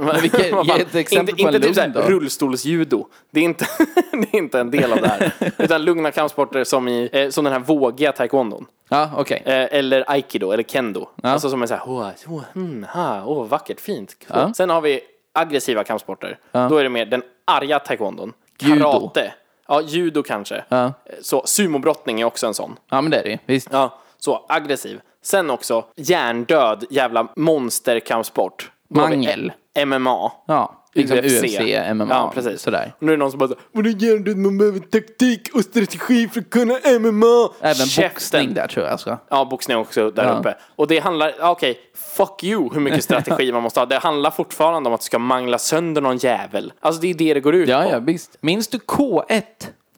Speaker 3: Men
Speaker 2: vilka- ge ett exempel
Speaker 3: inte,
Speaker 2: på en
Speaker 3: inte typ
Speaker 2: lugn
Speaker 3: så här
Speaker 2: då.
Speaker 3: rullstolsjudo. Det är, inte, det är inte en del av det här. Utan lugna kampsporter som, i, eh, som den här vågiga taekwondon.
Speaker 2: Ja, okej.
Speaker 3: Eh, eller aikido eller kendo. Alltså som är så här, åh, åh, mm, ha, åh vackert, fint. Cool. Sen har vi aggressiva kampsporter. Då är det mer den arga taekwondon.
Speaker 2: Judo.
Speaker 3: Karate. Ja, judo kanske. Eh, Så sumobrottning är också en sån.
Speaker 2: Ja, men det är det ju. Visst.
Speaker 3: Ja, så aggressiv. Sen också hjärndöd jävla monsterkampsport. Då har vi
Speaker 2: Mangel.
Speaker 3: MMA.
Speaker 2: Ja, liksom UFC, MMA.
Speaker 3: Ja, precis.
Speaker 2: Sådär.
Speaker 3: Nu är det någon som bara så här, "Men det gör du man behöver taktik och strategi för att kunna MMA.
Speaker 2: Även
Speaker 3: Käften.
Speaker 2: boxning där tror jag. Alltså.
Speaker 3: Ja, boxning också där
Speaker 2: Ja.
Speaker 3: uppe. Och det handlar, ja, okej, fuck you hur mycket strategi man måste ha. Det handlar fortfarande om att du ska mangla sönder någon jävel. Alltså det är det det går ut
Speaker 2: Ja,
Speaker 3: på.
Speaker 2: ja, visst. Minns du K1?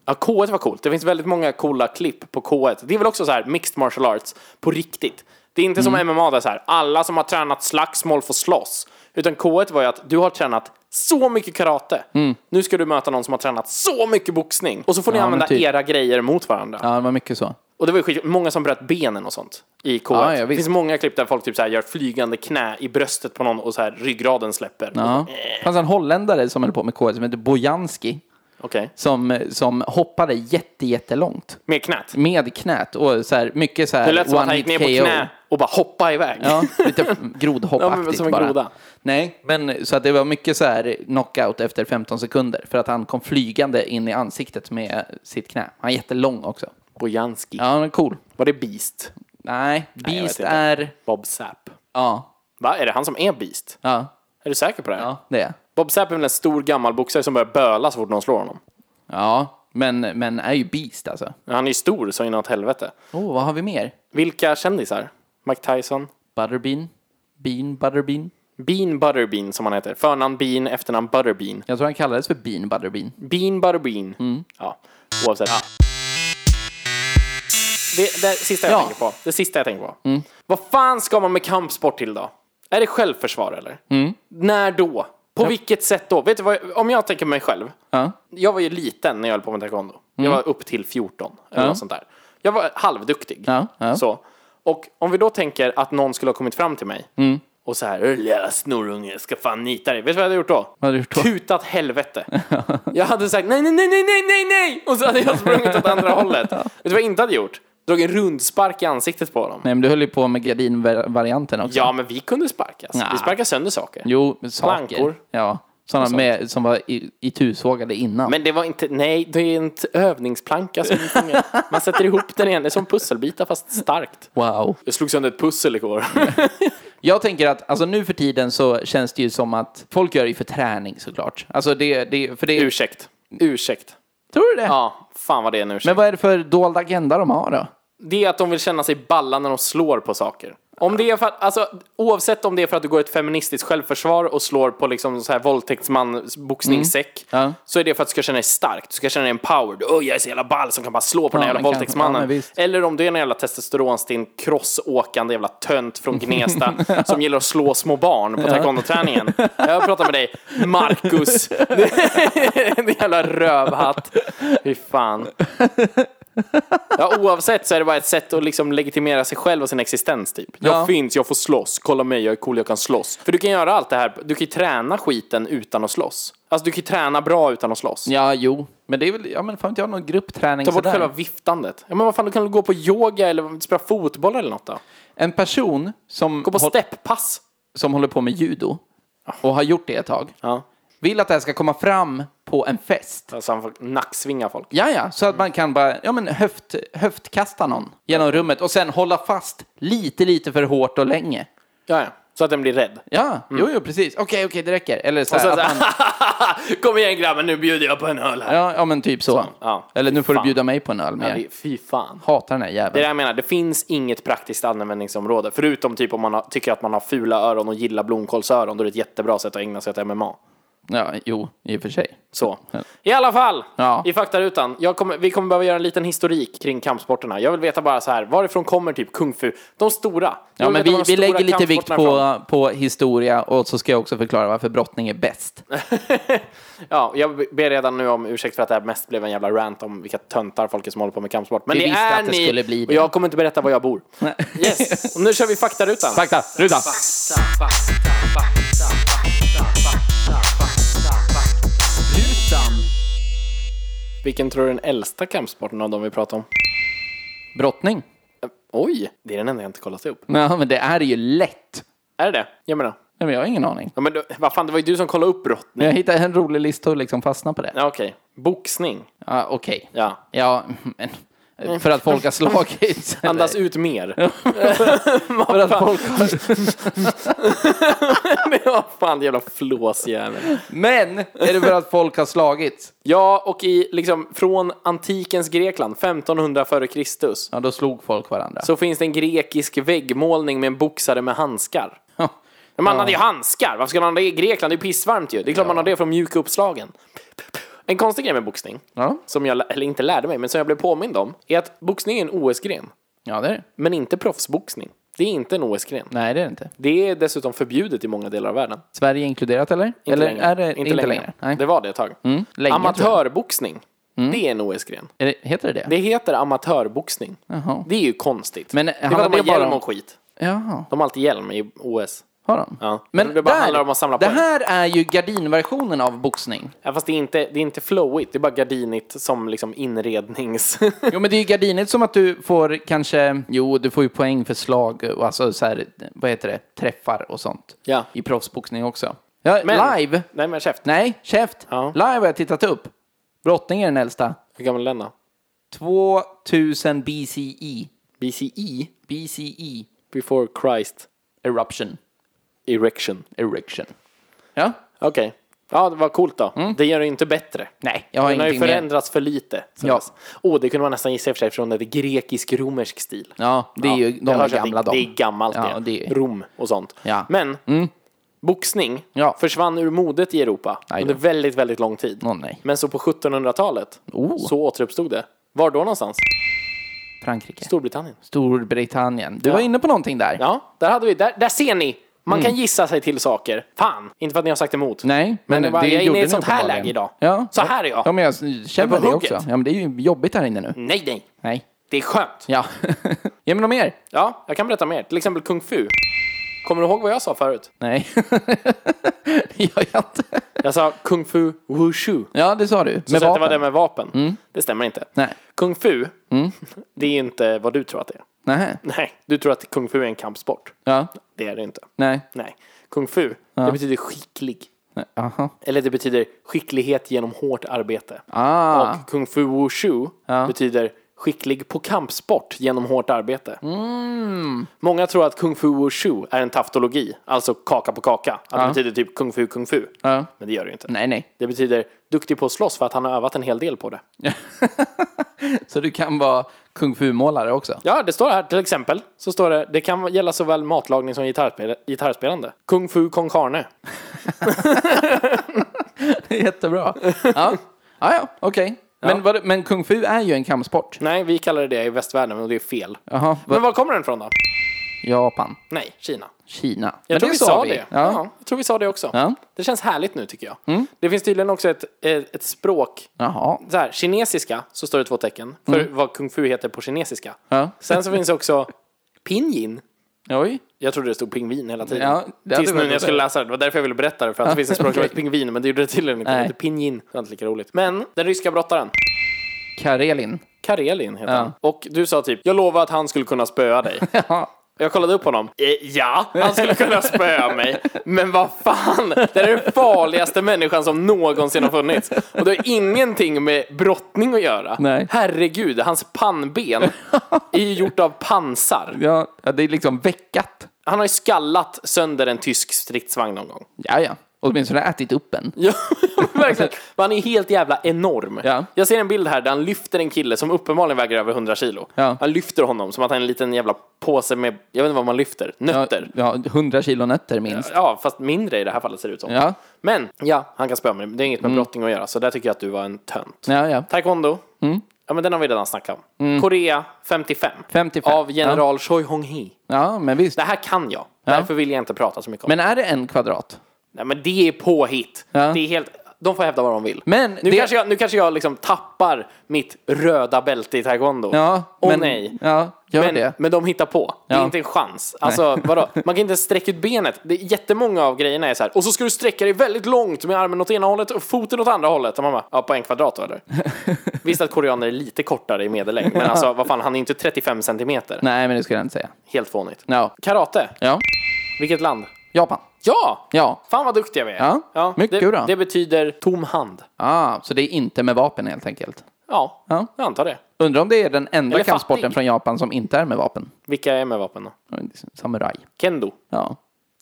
Speaker 3: Ja, K1 var coolt. Det finns väldigt många coola klipp på K1. Det är väl också så här mixed martial arts på riktigt. Det är inte
Speaker 2: Mm.
Speaker 3: som MMA där så här, alla som har tränat slagsmål får slåss. Utan K1 var ju att du har tränat så mycket karate. Nu ska du möta någon som har tränat så mycket boxning. Och så får ni
Speaker 2: Mm. Ja, men
Speaker 3: använda
Speaker 2: typ.
Speaker 3: era grejer mot varandra.
Speaker 2: Ja, det var mycket så.
Speaker 3: Och det var ju skit, många som bröt benen och sånt i K1.
Speaker 2: Ja, ja,
Speaker 3: det
Speaker 2: visst.
Speaker 3: finns många klipp där folk typ så här gör flygande knä i bröstet på någon och så här ryggraden släpper. Eh,
Speaker 2: Ja. Det fanns en holländare som höll på med K1 som hette Bojanski.
Speaker 3: Okej.
Speaker 2: Som, som hoppade jätte, jättelångt.
Speaker 3: Med knät.
Speaker 2: Med knät och så här, mycket så här
Speaker 3: Det lät som att han
Speaker 2: one
Speaker 3: gick ner
Speaker 2: hit KO.
Speaker 3: på knä och bara hoppa iväg.
Speaker 2: Ja, lite
Speaker 3: Ja, men
Speaker 2: grodhoppaktigt
Speaker 3: som en
Speaker 2: bara.
Speaker 3: groda.
Speaker 2: Nej, men så att det var mycket så här knockout efter 15 sekunder för att han kom flygande in i ansiktet med sitt knä. Han är jättelång också.
Speaker 3: Bojanski.
Speaker 2: Ja, han är cool.
Speaker 3: Var det Beast?
Speaker 2: Nej,
Speaker 3: jag vet
Speaker 2: Beast
Speaker 3: inte.
Speaker 2: är...
Speaker 3: Bob Sapp.
Speaker 2: Ja,
Speaker 3: Va? Är det han som är Beast?
Speaker 2: ja,
Speaker 3: Är du säker på det? här?
Speaker 2: ja, det är
Speaker 3: Bob Sapp är väl en stor gammal boxare som börjar böla så fort någon slår honom.
Speaker 2: Ja, men, men är ju Beast alltså.
Speaker 3: Han är ju stor så inåt helvete.
Speaker 2: Åh, oh, vad har vi mer?
Speaker 3: Vilka kändisar? Mike Tyson?
Speaker 2: Butterbean? Bean Butterbean?
Speaker 3: Bean Butterbean som han heter. Förnamn Bean, efternamn Butterbean.
Speaker 2: Jag tror han kallades för Bean Butterbean.
Speaker 3: Bean Butterbean.
Speaker 2: Mm.
Speaker 3: Ja, oavsett. Det, det sista jag
Speaker 2: Ja. Mm.
Speaker 3: tänker på. Det sista jag tänker på. Vad fan ska man med kampsport till då? Är det självförsvar eller?
Speaker 2: Mm.
Speaker 3: När då? På vilket sätt då? Vet du vad, jag- om jag tänker på mig själv.
Speaker 2: Ja.
Speaker 3: Jag var ju liten när jag höll på med taekwondo. Jag
Speaker 2: Mm.
Speaker 3: var upp till 14 eller något sånt där. Jag var halvduktig.
Speaker 2: Ja, ja.
Speaker 3: Så. Och om vi då tänker att någon skulle ha kommit fram till mig
Speaker 2: Mm.
Speaker 3: och så här, "Ö, lilla snorunge, jag ska fan nita dig. Vet du vad jag hade gjort då?
Speaker 2: Vad hade du gjort då?
Speaker 3: Kutat helvete. jag hade sagt nej, nej, nej, nej, nej, nej, nej! Och så hade jag sprungit åt andra hållet. Vet du vad jag inte hade gjort? Dragit en rundspark i ansiktet på dem.
Speaker 2: Nej, men du höll ju på med gardinvarianten också.
Speaker 3: Ja, men vi kunde sparkas.
Speaker 2: Nja.
Speaker 3: Vi sparkade sönder saker.
Speaker 2: Jo, men saker.
Speaker 3: Plankor.
Speaker 2: Ja, sådana med, som var i- itusågade innan.
Speaker 3: Men det var inte, nej, det är inte övningsplanka som vi fångar. Man sätter ihop den igen, det är som pusselbitar fast starkt.
Speaker 2: Wow.
Speaker 3: Jag slog sönder ett pussel igår.
Speaker 2: Jag tänker att alltså, nu för tiden så känns det ju som att folk gör det ju för träning såklart. Alltså det, det, för det
Speaker 3: Ursäkt. Ursäkt.
Speaker 2: Tror du det?
Speaker 3: Ja, fan vad det är en ursäkt.
Speaker 2: Men vad är det för dold agenda de har då?
Speaker 3: Det är att de vill känna sig balla när de slår på saker. Om det är för att, alltså, oavsett om det är för att du går ett feministiskt självförsvar och slår på liksom så här våldtäktsman boxningssäck,
Speaker 2: Mm. Ja.
Speaker 3: så är det för att du ska känna dig stark, du ska känna dig empowered. Åh, jag är så jävla ball som kan bara slå på den
Speaker 2: Ja,
Speaker 3: här jävla
Speaker 2: men kanske. Ja,
Speaker 3: våldtäktsmannen.
Speaker 2: men visst.
Speaker 3: Eller om du är en jävla testosteronstinn, krossåkande jävla tönt från Gnesta som gillar att slå små barn på taekwondo-träningen. Jag pratar med dig, Marcus. Din jävla rövhatt. Fy fan. Ja, oavsett så är det bara ett sätt att liksom legitimera sig själv och sin existens typ. Jag
Speaker 2: Ja.
Speaker 3: finns, jag får slåss, kolla mig, jag är cool, jag kan slåss. För du kan göra allt det här, du kan ju träna skiten utan att slåss. Alltså du kan ju träna bra utan att slåss.
Speaker 2: Ja, jo. Men det är väl, ja men får inte jag någon gruppträning
Speaker 3: Ta bort
Speaker 2: sådär?
Speaker 3: själva viftandet. Ja men vad fan, du kan väl gå på yoga eller spela fotboll eller något då?
Speaker 2: En person som,
Speaker 3: Gå på
Speaker 2: håll-
Speaker 3: stepppass.
Speaker 2: som håller på med judo och har gjort det ett tag
Speaker 3: Ja.
Speaker 2: vill att det här ska komma fram på en fest.
Speaker 3: Alltså han får nacksvinga folk.
Speaker 2: Ja, ja, så att man kan bara ja, men höft, höftkasta någon genom rummet och sen hålla fast lite, lite för hårt och länge.
Speaker 3: Ja, ja. Så att den blir rädd.
Speaker 2: Ja, jo, jo, precis. Okej, okej, det räcker. Eller så
Speaker 3: Och
Speaker 2: här,
Speaker 3: sen
Speaker 2: att
Speaker 3: så
Speaker 2: man,
Speaker 3: här, kom igen grabben, nu bjuder jag på en öl här.
Speaker 2: ja, ja, men typ så.
Speaker 3: ja.
Speaker 2: Eller nu får
Speaker 3: Fan.
Speaker 2: du bjuda mig på en öl mer.
Speaker 3: Ja, det- Fy fan.
Speaker 2: Hatar den här
Speaker 3: Det är
Speaker 2: jäveln.
Speaker 3: det jag menar, det finns inget praktiskt användningsområde. Förutom typ om man har, tycker att man har fula öron och gillar blomkålsöron, då är det ett jättebra sätt att ägna sig åt MMA.
Speaker 2: Ja, jo, i och för sig.
Speaker 3: Så. I alla fall,
Speaker 2: Ja.
Speaker 3: i faktarutan. Jag kommer, vi kommer behöva göra en liten historik kring kampsporterna. Jag vill veta bara så här, varifrån kommer typ kung fu? De stora. Jag
Speaker 2: Ja,
Speaker 3: vill
Speaker 2: men
Speaker 3: veta
Speaker 2: vi,
Speaker 3: var de
Speaker 2: vi
Speaker 3: stora
Speaker 2: lägger lite vikt
Speaker 3: kampsporterna är
Speaker 2: på, på historia och så ska jag också förklara varför brottning är bäst.
Speaker 3: ifrån. Ja, jag ber redan nu om ursäkt för att det här mest blev en jävla rant om vilka töntar folk är som håller på med kampsport. Men
Speaker 2: Vi
Speaker 3: det
Speaker 2: visste
Speaker 3: är
Speaker 2: att det
Speaker 3: ni,
Speaker 2: skulle bli
Speaker 3: och
Speaker 2: det.
Speaker 3: jag kommer inte berätta var jag bor. Yes, och nu kör vi faktarutan.
Speaker 2: Fakta, rutan.
Speaker 3: Vilken tror du är den äldsta kampsporten av de vi pratar om? Eh,
Speaker 2: Brottning?
Speaker 3: Oj, det är den enda jag inte kollat upp.
Speaker 2: Ja, men det är ju lätt.
Speaker 3: Är det det? Jag menar.
Speaker 2: Nej, men jag har ingen aning.
Speaker 3: Ja, men du, vad fan, det var ju du som kollade upp brott.
Speaker 2: Men jag hittade en rolig lista och liksom fastnade på det.
Speaker 3: Ja, okej. Boxning.
Speaker 2: Ja, okej.
Speaker 3: Ja.
Speaker 2: Ja, men för att folk har slagits. eller-
Speaker 3: Andas ut mer.
Speaker 2: för att folk har...
Speaker 3: Men vad fan, jävla flåsjävel.
Speaker 2: Men är det för att folk har slagits?
Speaker 3: Ja, och i, liksom, från antikens Grekland, 1500 före Kristus,
Speaker 2: Ja, då slog folk varandra.
Speaker 3: så finns det en grekisk väggmålning med en boxare med handskar. Men man hade ju handskar, varför ska man ha det i Grekland? Det är ju pissvarmt ju. Det är klart man har det för att mjuka upp slagen. En konstig grej med boxning,
Speaker 2: Ja,
Speaker 3: som jag, lä- eller inte lärde mig, men som jag blev påmind om, är att boxning är en OS-gren,
Speaker 2: ja det är det.
Speaker 3: men inte proffsboxning. Det är inte en OS-gren.
Speaker 2: Nej, det är det inte.
Speaker 3: Det är dessutom förbjudet i många delar av världen.
Speaker 2: Sverige inkluderat, eller?
Speaker 3: Inte
Speaker 2: eller
Speaker 3: längre.
Speaker 2: är det
Speaker 3: inte längre.
Speaker 2: Nej. Mm.
Speaker 3: Det var det ett tag.
Speaker 2: Länge, tror jag. Mm.
Speaker 3: Amatörboxning, det är en OS-gren.
Speaker 2: Är det, heter det det?
Speaker 3: Det heter amatörboxning. Det är ju konstigt.
Speaker 2: Men
Speaker 3: det är för
Speaker 2: handlar
Speaker 3: att de har
Speaker 2: det bara
Speaker 3: hjälm
Speaker 2: om-
Speaker 3: och skit.
Speaker 2: Jaha,
Speaker 3: De har alltid hjälm i OS.
Speaker 2: har de?
Speaker 3: Ja. Men det bara handlar om att samla
Speaker 2: det
Speaker 3: poäng.
Speaker 2: här är ju gardinversionen av boxning.
Speaker 3: Ja, fast det är, inte, det är inte flowigt, det är bara gardinigt som liksom inrednings...
Speaker 2: Jo, men det är ju gardinet som att du får kanske, jo, du får ju poäng för slag och alltså så här, vad heter det, träffar och sånt.
Speaker 3: Ja.
Speaker 2: I proffsboxning också. Ja,
Speaker 3: Men-
Speaker 2: live?
Speaker 3: Nej men käft,
Speaker 2: Nej, käft.
Speaker 3: Ja.
Speaker 2: Live har jag tittat upp. Brottning är den äldsta.
Speaker 3: hur gammal är den då?
Speaker 2: 2000 BCE.
Speaker 3: BCE?
Speaker 2: BCE.
Speaker 3: Before Christ
Speaker 2: E. Eruption.
Speaker 3: Erection.
Speaker 2: Erection. Ja?
Speaker 3: Okej. Ja, det var coolt då. Det gör det ju inte bättre.
Speaker 2: Mm. Nej, jag har
Speaker 3: Den har ju
Speaker 2: ingenting mer.
Speaker 3: förändrats för lite. sen
Speaker 2: Ja.
Speaker 3: dess. Oh, det kunde man nästan gissa i och för sig från det grekisk-romersk stil.
Speaker 2: Ja, det är ju, de
Speaker 3: jag
Speaker 2: är
Speaker 3: hörs att
Speaker 2: gamla
Speaker 3: det,
Speaker 2: de.
Speaker 3: Det är gammalt
Speaker 2: Ja,
Speaker 3: det.
Speaker 2: det är-
Speaker 3: Rom och sånt.
Speaker 2: Ja. Mm.
Speaker 3: Men boxning
Speaker 2: Ja.
Speaker 3: försvann ur modet i Europa
Speaker 2: Aj då.
Speaker 3: under väldigt, väldigt lång tid.
Speaker 2: Åh, nej.
Speaker 3: Men så på 1700-talet
Speaker 2: Oh.
Speaker 3: så återuppstod det. Var då någonstans?
Speaker 2: Frankrike.
Speaker 3: Storbritannien.
Speaker 2: Storbritannien. Du var inne på någonting där.
Speaker 3: Ja, där hade vi, där, där ser ni! Man kan gissa sig till saker. Fan, inte för att ni har sagt emot.
Speaker 2: Mm. Nej, men,
Speaker 3: men, det bara, jag är
Speaker 2: gjorde
Speaker 3: inne i
Speaker 2: ni
Speaker 3: ett sånt här
Speaker 2: uppenbarligen.
Speaker 3: läge idag.
Speaker 2: Ja.
Speaker 3: Så här är jag.
Speaker 2: Ja, men jag
Speaker 3: Jag är
Speaker 2: känner
Speaker 3: på
Speaker 2: det
Speaker 3: hugget. Mm.
Speaker 2: också. Ja, men det är ju jobbigt här inne nu.
Speaker 3: Nej, nej.
Speaker 2: Nej.
Speaker 3: Det är skönt.
Speaker 2: Ja. Ge mig något mer.
Speaker 3: Ja, jag kan berätta mer. Till exempel kung fu. Kommer du ihåg vad jag sa förut?
Speaker 2: Nej. det gör jag inte.
Speaker 3: Jag sa kung fu wushu.
Speaker 2: Ja, det sa du.
Speaker 3: Du
Speaker 2: Med
Speaker 3: sa att
Speaker 2: vapen. Mm.
Speaker 3: det var det med vapen. Det stämmer inte.
Speaker 2: Nej. Mm.
Speaker 3: Kung fu, det är inte vad du tror att det är.
Speaker 2: Nej.
Speaker 3: Nej, du tror att kung fu är en kampsport.
Speaker 2: Ja.
Speaker 3: Det är det inte.
Speaker 2: Nej.
Speaker 3: Nej. Kung fu, det betyder skicklig.
Speaker 2: Nej. Aha.
Speaker 3: Eller det betyder skicklighet genom hårt arbete.
Speaker 2: Ah.
Speaker 3: Och kung fu wushu betyder skicklig på kampsport genom hårt arbete.
Speaker 2: Mm.
Speaker 3: Många tror att kung fu wushu är en taftologi, alltså kaka på kaka. Att det betyder typ kung fu kung fu.
Speaker 2: Ja.
Speaker 3: Men det gör det ju inte.
Speaker 2: Nej, nej.
Speaker 3: Det betyder duktig på att slåss för att han har övat en hel del på det.
Speaker 2: Så du kan vara kung fu-målare också?
Speaker 3: Ja, det står här till exempel. Så står det, det kan gälla såväl matlagning som gitarrspel- gitarrspelande. Kung fu con carne.
Speaker 2: Jättebra. Ja, ja, ja okej. Men, vad- men kung fu är ju en kampsport.
Speaker 3: Nej, vi kallar det det i västvärlden och det är fel.
Speaker 2: Jaha,
Speaker 3: Men
Speaker 2: vad-
Speaker 3: var kommer den ifrån då?
Speaker 2: Japan,
Speaker 3: Nej, Kina.
Speaker 2: Kina.
Speaker 3: Jag
Speaker 2: Men
Speaker 3: tror vi sa det. Ja. Mm.
Speaker 2: Ja.
Speaker 3: jag tror vi sa det också.
Speaker 2: Ja.
Speaker 3: Det känns härligt nu tycker jag. Det finns tydligen också ett, eh, ett, ett språk.
Speaker 2: Jaha.
Speaker 3: Så här, kinesiska, så står det två tecken för vad kung fu heter på kinesiska.
Speaker 2: Ja.
Speaker 3: Sen så finns också pinyin.
Speaker 2: Oj.
Speaker 3: Jag trodde det stod pingvin hela tiden.
Speaker 2: Ja, det hade
Speaker 3: Tills nu
Speaker 2: varit
Speaker 3: när jag skulle
Speaker 2: roligt.
Speaker 3: läsa det. Det var därför jag ville berätta det. För att det finns en språk som heter pingvin, men det gjorde det tydligen inte. Det
Speaker 2: Nej.
Speaker 3: heter pinyin. Det var inte lika roligt. Men den ryska brottaren,
Speaker 2: Karelin.
Speaker 3: Karelin heter han. Och du sa typ, jag lovade att han skulle kunna spöa dig. Jag kollade upp honom. Eh, ja, han skulle kunna spöa mig. Men vad fan, det är den farligaste människan som någonsin har funnits. Och det har ingenting med brottning att göra.
Speaker 2: Nej.
Speaker 3: Herregud, hans pannben är ju gjort av pansar.
Speaker 2: Ja, ja, det är liksom veckat.
Speaker 3: Han har ju skallat sönder en tysk stridsvagn någon gång.
Speaker 2: Ja, ja. Åtminstone ätit upp en.
Speaker 3: Ja, verkligen. Men han är helt jävla enorm.
Speaker 2: Ja.
Speaker 3: Jag ser en bild här där han lyfter en kille som uppenbarligen väger över 100 kilo.
Speaker 2: Ja.
Speaker 3: Han lyfter honom som att han är en liten jävla påse med, jag vet inte vad man lyfter,
Speaker 2: Ja,
Speaker 3: nötter.
Speaker 2: ja, 100 kilo nötter minst.
Speaker 3: Ja, fast mindre i det här fallet ser det ut som.
Speaker 2: Ja. Mm.
Speaker 3: Men, ja, han kan spöa mig. Det är inget med brottning att göra, så där tycker jag att du var en tönt.
Speaker 2: Ja, Mm. ja.
Speaker 3: Taekwondo. Ja, men den har vi redan snackat om. Korea 55.
Speaker 2: 55,
Speaker 3: Av general Choi Hong-hee.
Speaker 2: Ja, men visst.
Speaker 3: Det här kan jag. Därför vill jag inte prata så mycket om
Speaker 2: Men är det en kvadrat?
Speaker 3: Nej men det är påhitt.
Speaker 2: Ja.
Speaker 3: Det är helt, de får hävda vad de vill.
Speaker 2: Men
Speaker 3: nu,
Speaker 2: det-
Speaker 3: kanske jag, nu kanske jag liksom tappar mitt röda bälte i taekwondo.
Speaker 2: Ja.
Speaker 3: Åh
Speaker 2: men,
Speaker 3: nej.
Speaker 2: Ja, gör
Speaker 3: Men,
Speaker 2: det.
Speaker 3: men de hittar på. Det är
Speaker 2: Ja.
Speaker 3: inte en chans. Alltså, vadå? Man kan inte ens sträcka ut benet. Det är jättemånga av grejerna är så här. Och så ska du sträcka dig väldigt långt med armen åt ena hållet och foten åt andra hållet. Och man bara, ja, på en kvadrat då eller? Visst att koreaner är lite kortare i medellängd, men alltså vad fan, han är inte 35 centimeter.
Speaker 2: Nej, men det skulle jag inte säga.
Speaker 3: Helt fånigt.
Speaker 2: Ja.
Speaker 3: Karate,
Speaker 2: Ja.
Speaker 3: vilket land?
Speaker 2: Japan.
Speaker 3: Ja!
Speaker 2: Ja.
Speaker 3: Fan vad duktiga vi är.
Speaker 2: Ja, mycket
Speaker 3: det,
Speaker 2: bra.
Speaker 3: det betyder tom hand.
Speaker 2: Ah, så det är inte med vapen helt enkelt.
Speaker 3: Ja,
Speaker 2: Ja.
Speaker 3: jag antar det.
Speaker 2: Undrar om det är den enda
Speaker 3: Eller
Speaker 2: kampsporten
Speaker 3: fattig.
Speaker 2: från Japan som inte är med vapen.
Speaker 3: Vilka är med vapen då?
Speaker 2: Samurai.
Speaker 3: Kendo.
Speaker 2: Ja.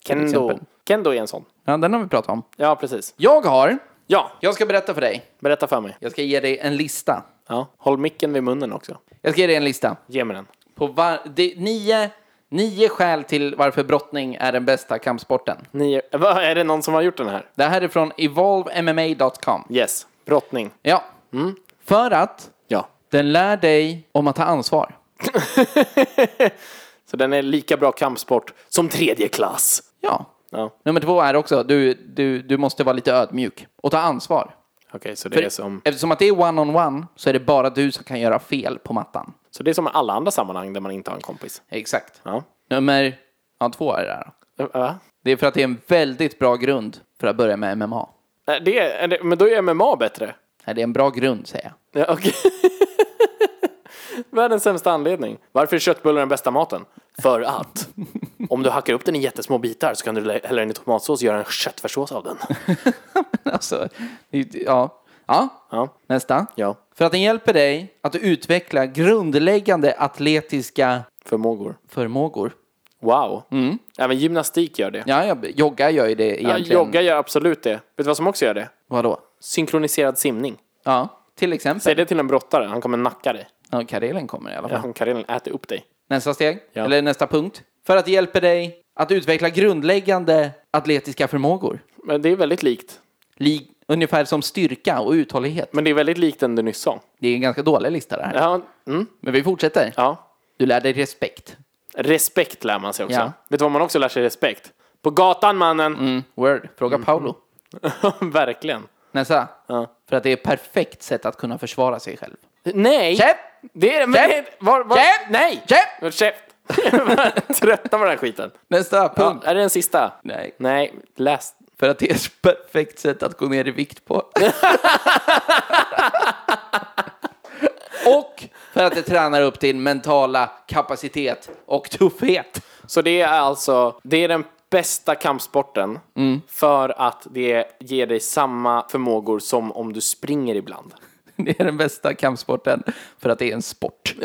Speaker 3: Kendo.
Speaker 2: exempel.
Speaker 3: Kendo är en sån.
Speaker 2: ja, den har vi pratat om.
Speaker 3: Ja, precis.
Speaker 2: Jag har,
Speaker 3: Ja,
Speaker 2: jag ska berätta för dig.
Speaker 3: berätta för mig.
Speaker 2: Jag ska ge dig en lista.
Speaker 3: Ja. Håll micken vid munnen också.
Speaker 2: Jag ska ge dig en lista.
Speaker 3: Ge mig den.
Speaker 2: På var, det, nio, nio skäl till varför brottning är den bästa kampsporten.
Speaker 3: Ni, va, är det någon som har gjort den här?
Speaker 2: Det här är från evolvemma.com.
Speaker 3: Yes. Brottning.
Speaker 2: Ja. För att
Speaker 3: Ja.
Speaker 2: den lär dig om att ta ansvar.
Speaker 3: Så den är lika bra kampsport som tredje klass.
Speaker 2: Ja.
Speaker 3: Ja,
Speaker 2: Nummer två är också, du, du, du måste vara lite ödmjuk och ta ansvar.
Speaker 3: okej, så det är som...
Speaker 2: Eftersom att det är one-on-one så är det bara du som kan göra fel på mattan.
Speaker 3: Så det är som i alla andra sammanhang där man inte har en kompis.
Speaker 2: Exakt.
Speaker 3: Ja.
Speaker 2: Nummer ja, två är det här. då.
Speaker 3: Va?
Speaker 2: Det är för att det är en väldigt bra grund för att börja med MMA.
Speaker 3: Äh, Det är, är det, men då är MMA bättre.
Speaker 2: Nej, det är en bra grund säger jag.
Speaker 3: Ja, okej. Världens sämsta anledning. Varför är köttbullar den bästa maten? För att om du hackar upp den i jättesmå bitar så kan du lä- hälla den i tomatsås och göra en köttfärssås av den.
Speaker 2: Alltså, det- ja. Ja,
Speaker 3: Ja.
Speaker 2: nästa.
Speaker 3: Ja.
Speaker 2: För att den hjälper dig att utveckla grundläggande atletiska
Speaker 3: Förmågor.
Speaker 2: förmågor.
Speaker 3: Wow. Även gymnastik gör det.
Speaker 2: Mm. Ja, jag, jogga gör ju det
Speaker 3: Ja,
Speaker 2: egentligen.
Speaker 3: jogga gör absolut det. Vet du vad som också gör det?
Speaker 2: Vadå?
Speaker 3: Synkroniserad simning.
Speaker 2: Ja, till exempel.
Speaker 3: Säg det till en brottare, han kommer nacka dig.
Speaker 2: Ja, Karelen kommer i alla fall.
Speaker 3: Han kan redan äta upp dig.
Speaker 2: Nästa steg, eller nästa punkt. För att det hjälper dig att utveckla grundläggande atletiska förmågor.
Speaker 3: Men det är väldigt likt.
Speaker 2: Lik, ungefär som styrka och uthållighet.
Speaker 3: Men det är väldigt likt den du nyss sa.
Speaker 2: Det är en ganska dålig lista det här.
Speaker 3: Ja. Mm.
Speaker 2: Men vi fortsätter.
Speaker 3: ja.
Speaker 2: Du lär dig respekt.
Speaker 3: Respekt lär man sig också.
Speaker 2: Ja.
Speaker 3: Vet du vad man också lär sig respekt? På gatan mannen!
Speaker 2: Mm, Word. Fråga Paolo. Mm.
Speaker 3: Verkligen.
Speaker 2: Nästa. För att det är ett perfekt sätt att kunna försvara sig själv.
Speaker 3: Nej!
Speaker 2: Käpp!
Speaker 3: Det är, men,
Speaker 2: Käpp!
Speaker 3: var, var,
Speaker 2: Käpp!
Speaker 3: Nej!
Speaker 2: Käpp!
Speaker 3: Men Käft! Trötta på den här skiten.
Speaker 2: Nästa
Speaker 3: Ja,
Speaker 2: punkt.
Speaker 3: är det den sista?
Speaker 2: Nej.
Speaker 3: Nej, läs.
Speaker 2: För att det är ett perfekt sätt att gå ner i vikt på. och för att det tränar upp din mentala kapacitet och tuffhet.
Speaker 3: Så det är alltså, det är den bästa kampsporten
Speaker 2: Mm.
Speaker 3: för att det ger dig samma förmågor som om du springer ibland.
Speaker 2: Det är den bästa kampsporten för att det är en sport.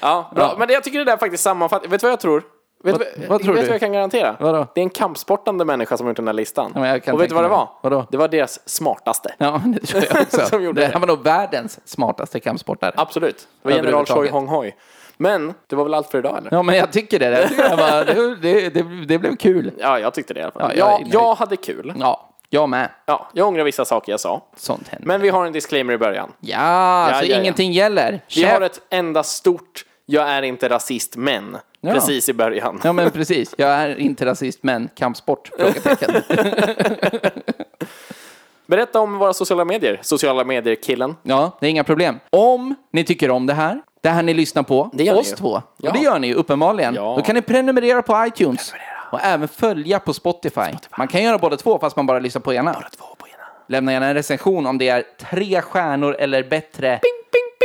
Speaker 3: Ja, bra. Men det- jag tycker det där faktiskt sammanfattar. Vet du vad jag tror? Vet, du-
Speaker 2: vad tror
Speaker 3: vet
Speaker 2: du?
Speaker 3: vad jag kan garantera?
Speaker 2: Vadå?
Speaker 3: Det är en kampsportande människa som har gjort den där listan.
Speaker 2: men jag kan
Speaker 3: och vet du
Speaker 2: tänka
Speaker 3: vad det
Speaker 2: mig.
Speaker 3: var?
Speaker 2: Vadå?
Speaker 3: Det var deras smartaste.
Speaker 2: Ja, det tror jag också.
Speaker 3: Som gjorde
Speaker 2: det
Speaker 3: det.
Speaker 2: här var nog världens smartaste kampsportare.
Speaker 3: Absolut. Det var general Choi
Speaker 2: Överhuvudtaget.
Speaker 3: Hong Hoi. Men det var väl allt för idag eller?
Speaker 2: Ja, men jag tycker det. Jag tycker det, var, det, det, det, det blev kul.
Speaker 3: Ja, jag tyckte det i alla fall.
Speaker 2: Ja, jag är
Speaker 3: Ja, jag,
Speaker 2: nöjd.
Speaker 3: hade kul.
Speaker 2: Ja, jag med.
Speaker 3: Ja, jag ångrar vissa saker jag sa.
Speaker 2: Sånt händer.
Speaker 3: Men vi har en disclaimer i början.
Speaker 2: ja, så
Speaker 3: ja, ja.
Speaker 2: ingenting gäller.
Speaker 3: Vi
Speaker 2: Käft.
Speaker 3: har ett enda stort jag är inte rasist men
Speaker 2: Ja.
Speaker 3: precis i början.
Speaker 2: Ja, men precis. Jag är inte rasist, men kampsport? Frågetecken.
Speaker 3: Berätta om våra sociala medier. Sociala medier-killen.
Speaker 2: Ja, det är inga problem. Om ni tycker om det här, det här ni lyssnar på,
Speaker 3: gör ni
Speaker 2: oss
Speaker 3: ju.
Speaker 2: två,
Speaker 3: Ja.
Speaker 2: och det gör ni ju uppenbarligen,
Speaker 3: Ja.
Speaker 2: då kan ni prenumerera på iTunes och även följa på Spotify. Man kan göra båda två fast man bara lyssnar på ena.
Speaker 3: Två på ena.
Speaker 2: Lämna gärna en recension om det är tre stjärnor eller bättre.
Speaker 3: Ping, ping,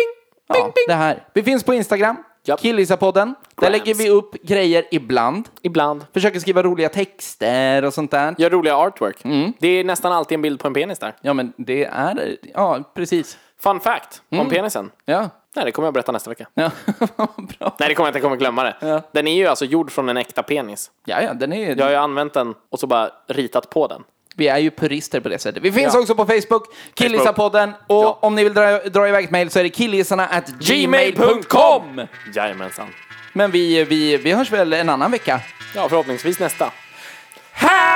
Speaker 3: ping.
Speaker 2: Ja, det här. Vi finns på Instagram,
Speaker 3: Japp.
Speaker 2: Killisapodden. Där
Speaker 3: Grams.
Speaker 2: lägger vi upp grejer ibland.
Speaker 3: Ibland.
Speaker 2: Försöker skriva roliga texter och sånt där.
Speaker 3: Gör roliga artwork.
Speaker 2: Mm.
Speaker 3: Det är nästan alltid en bild på en penis där.
Speaker 2: Ja, men det är... Ja, precis.
Speaker 3: Fun fact om penisen.
Speaker 2: Ja.
Speaker 3: Nej, det kommer jag berätta nästa vecka.
Speaker 2: Mm. Ja, vad bra.
Speaker 3: Nej, det kommer jag inte. Jag kommer glömma det.
Speaker 2: Ja.
Speaker 3: Den är ju alltså gjord från en äkta penis.
Speaker 2: Ja, ja, den är
Speaker 3: Jag har ju använt den och så bara ritat på den.
Speaker 2: Vi är ju purister på det sättet. Vi finns
Speaker 3: Ja.
Speaker 2: också på Facebook, Killgissarpodden. Och
Speaker 3: Ja.
Speaker 2: om ni vill dra, dra iväg ett mejl så är det killgissarna at gmail.com.
Speaker 3: Jajamensan.
Speaker 2: Men vi, vi, vi hörs väl en annan vecka.
Speaker 3: Ja, förhoppningsvis nästa.
Speaker 2: Hej!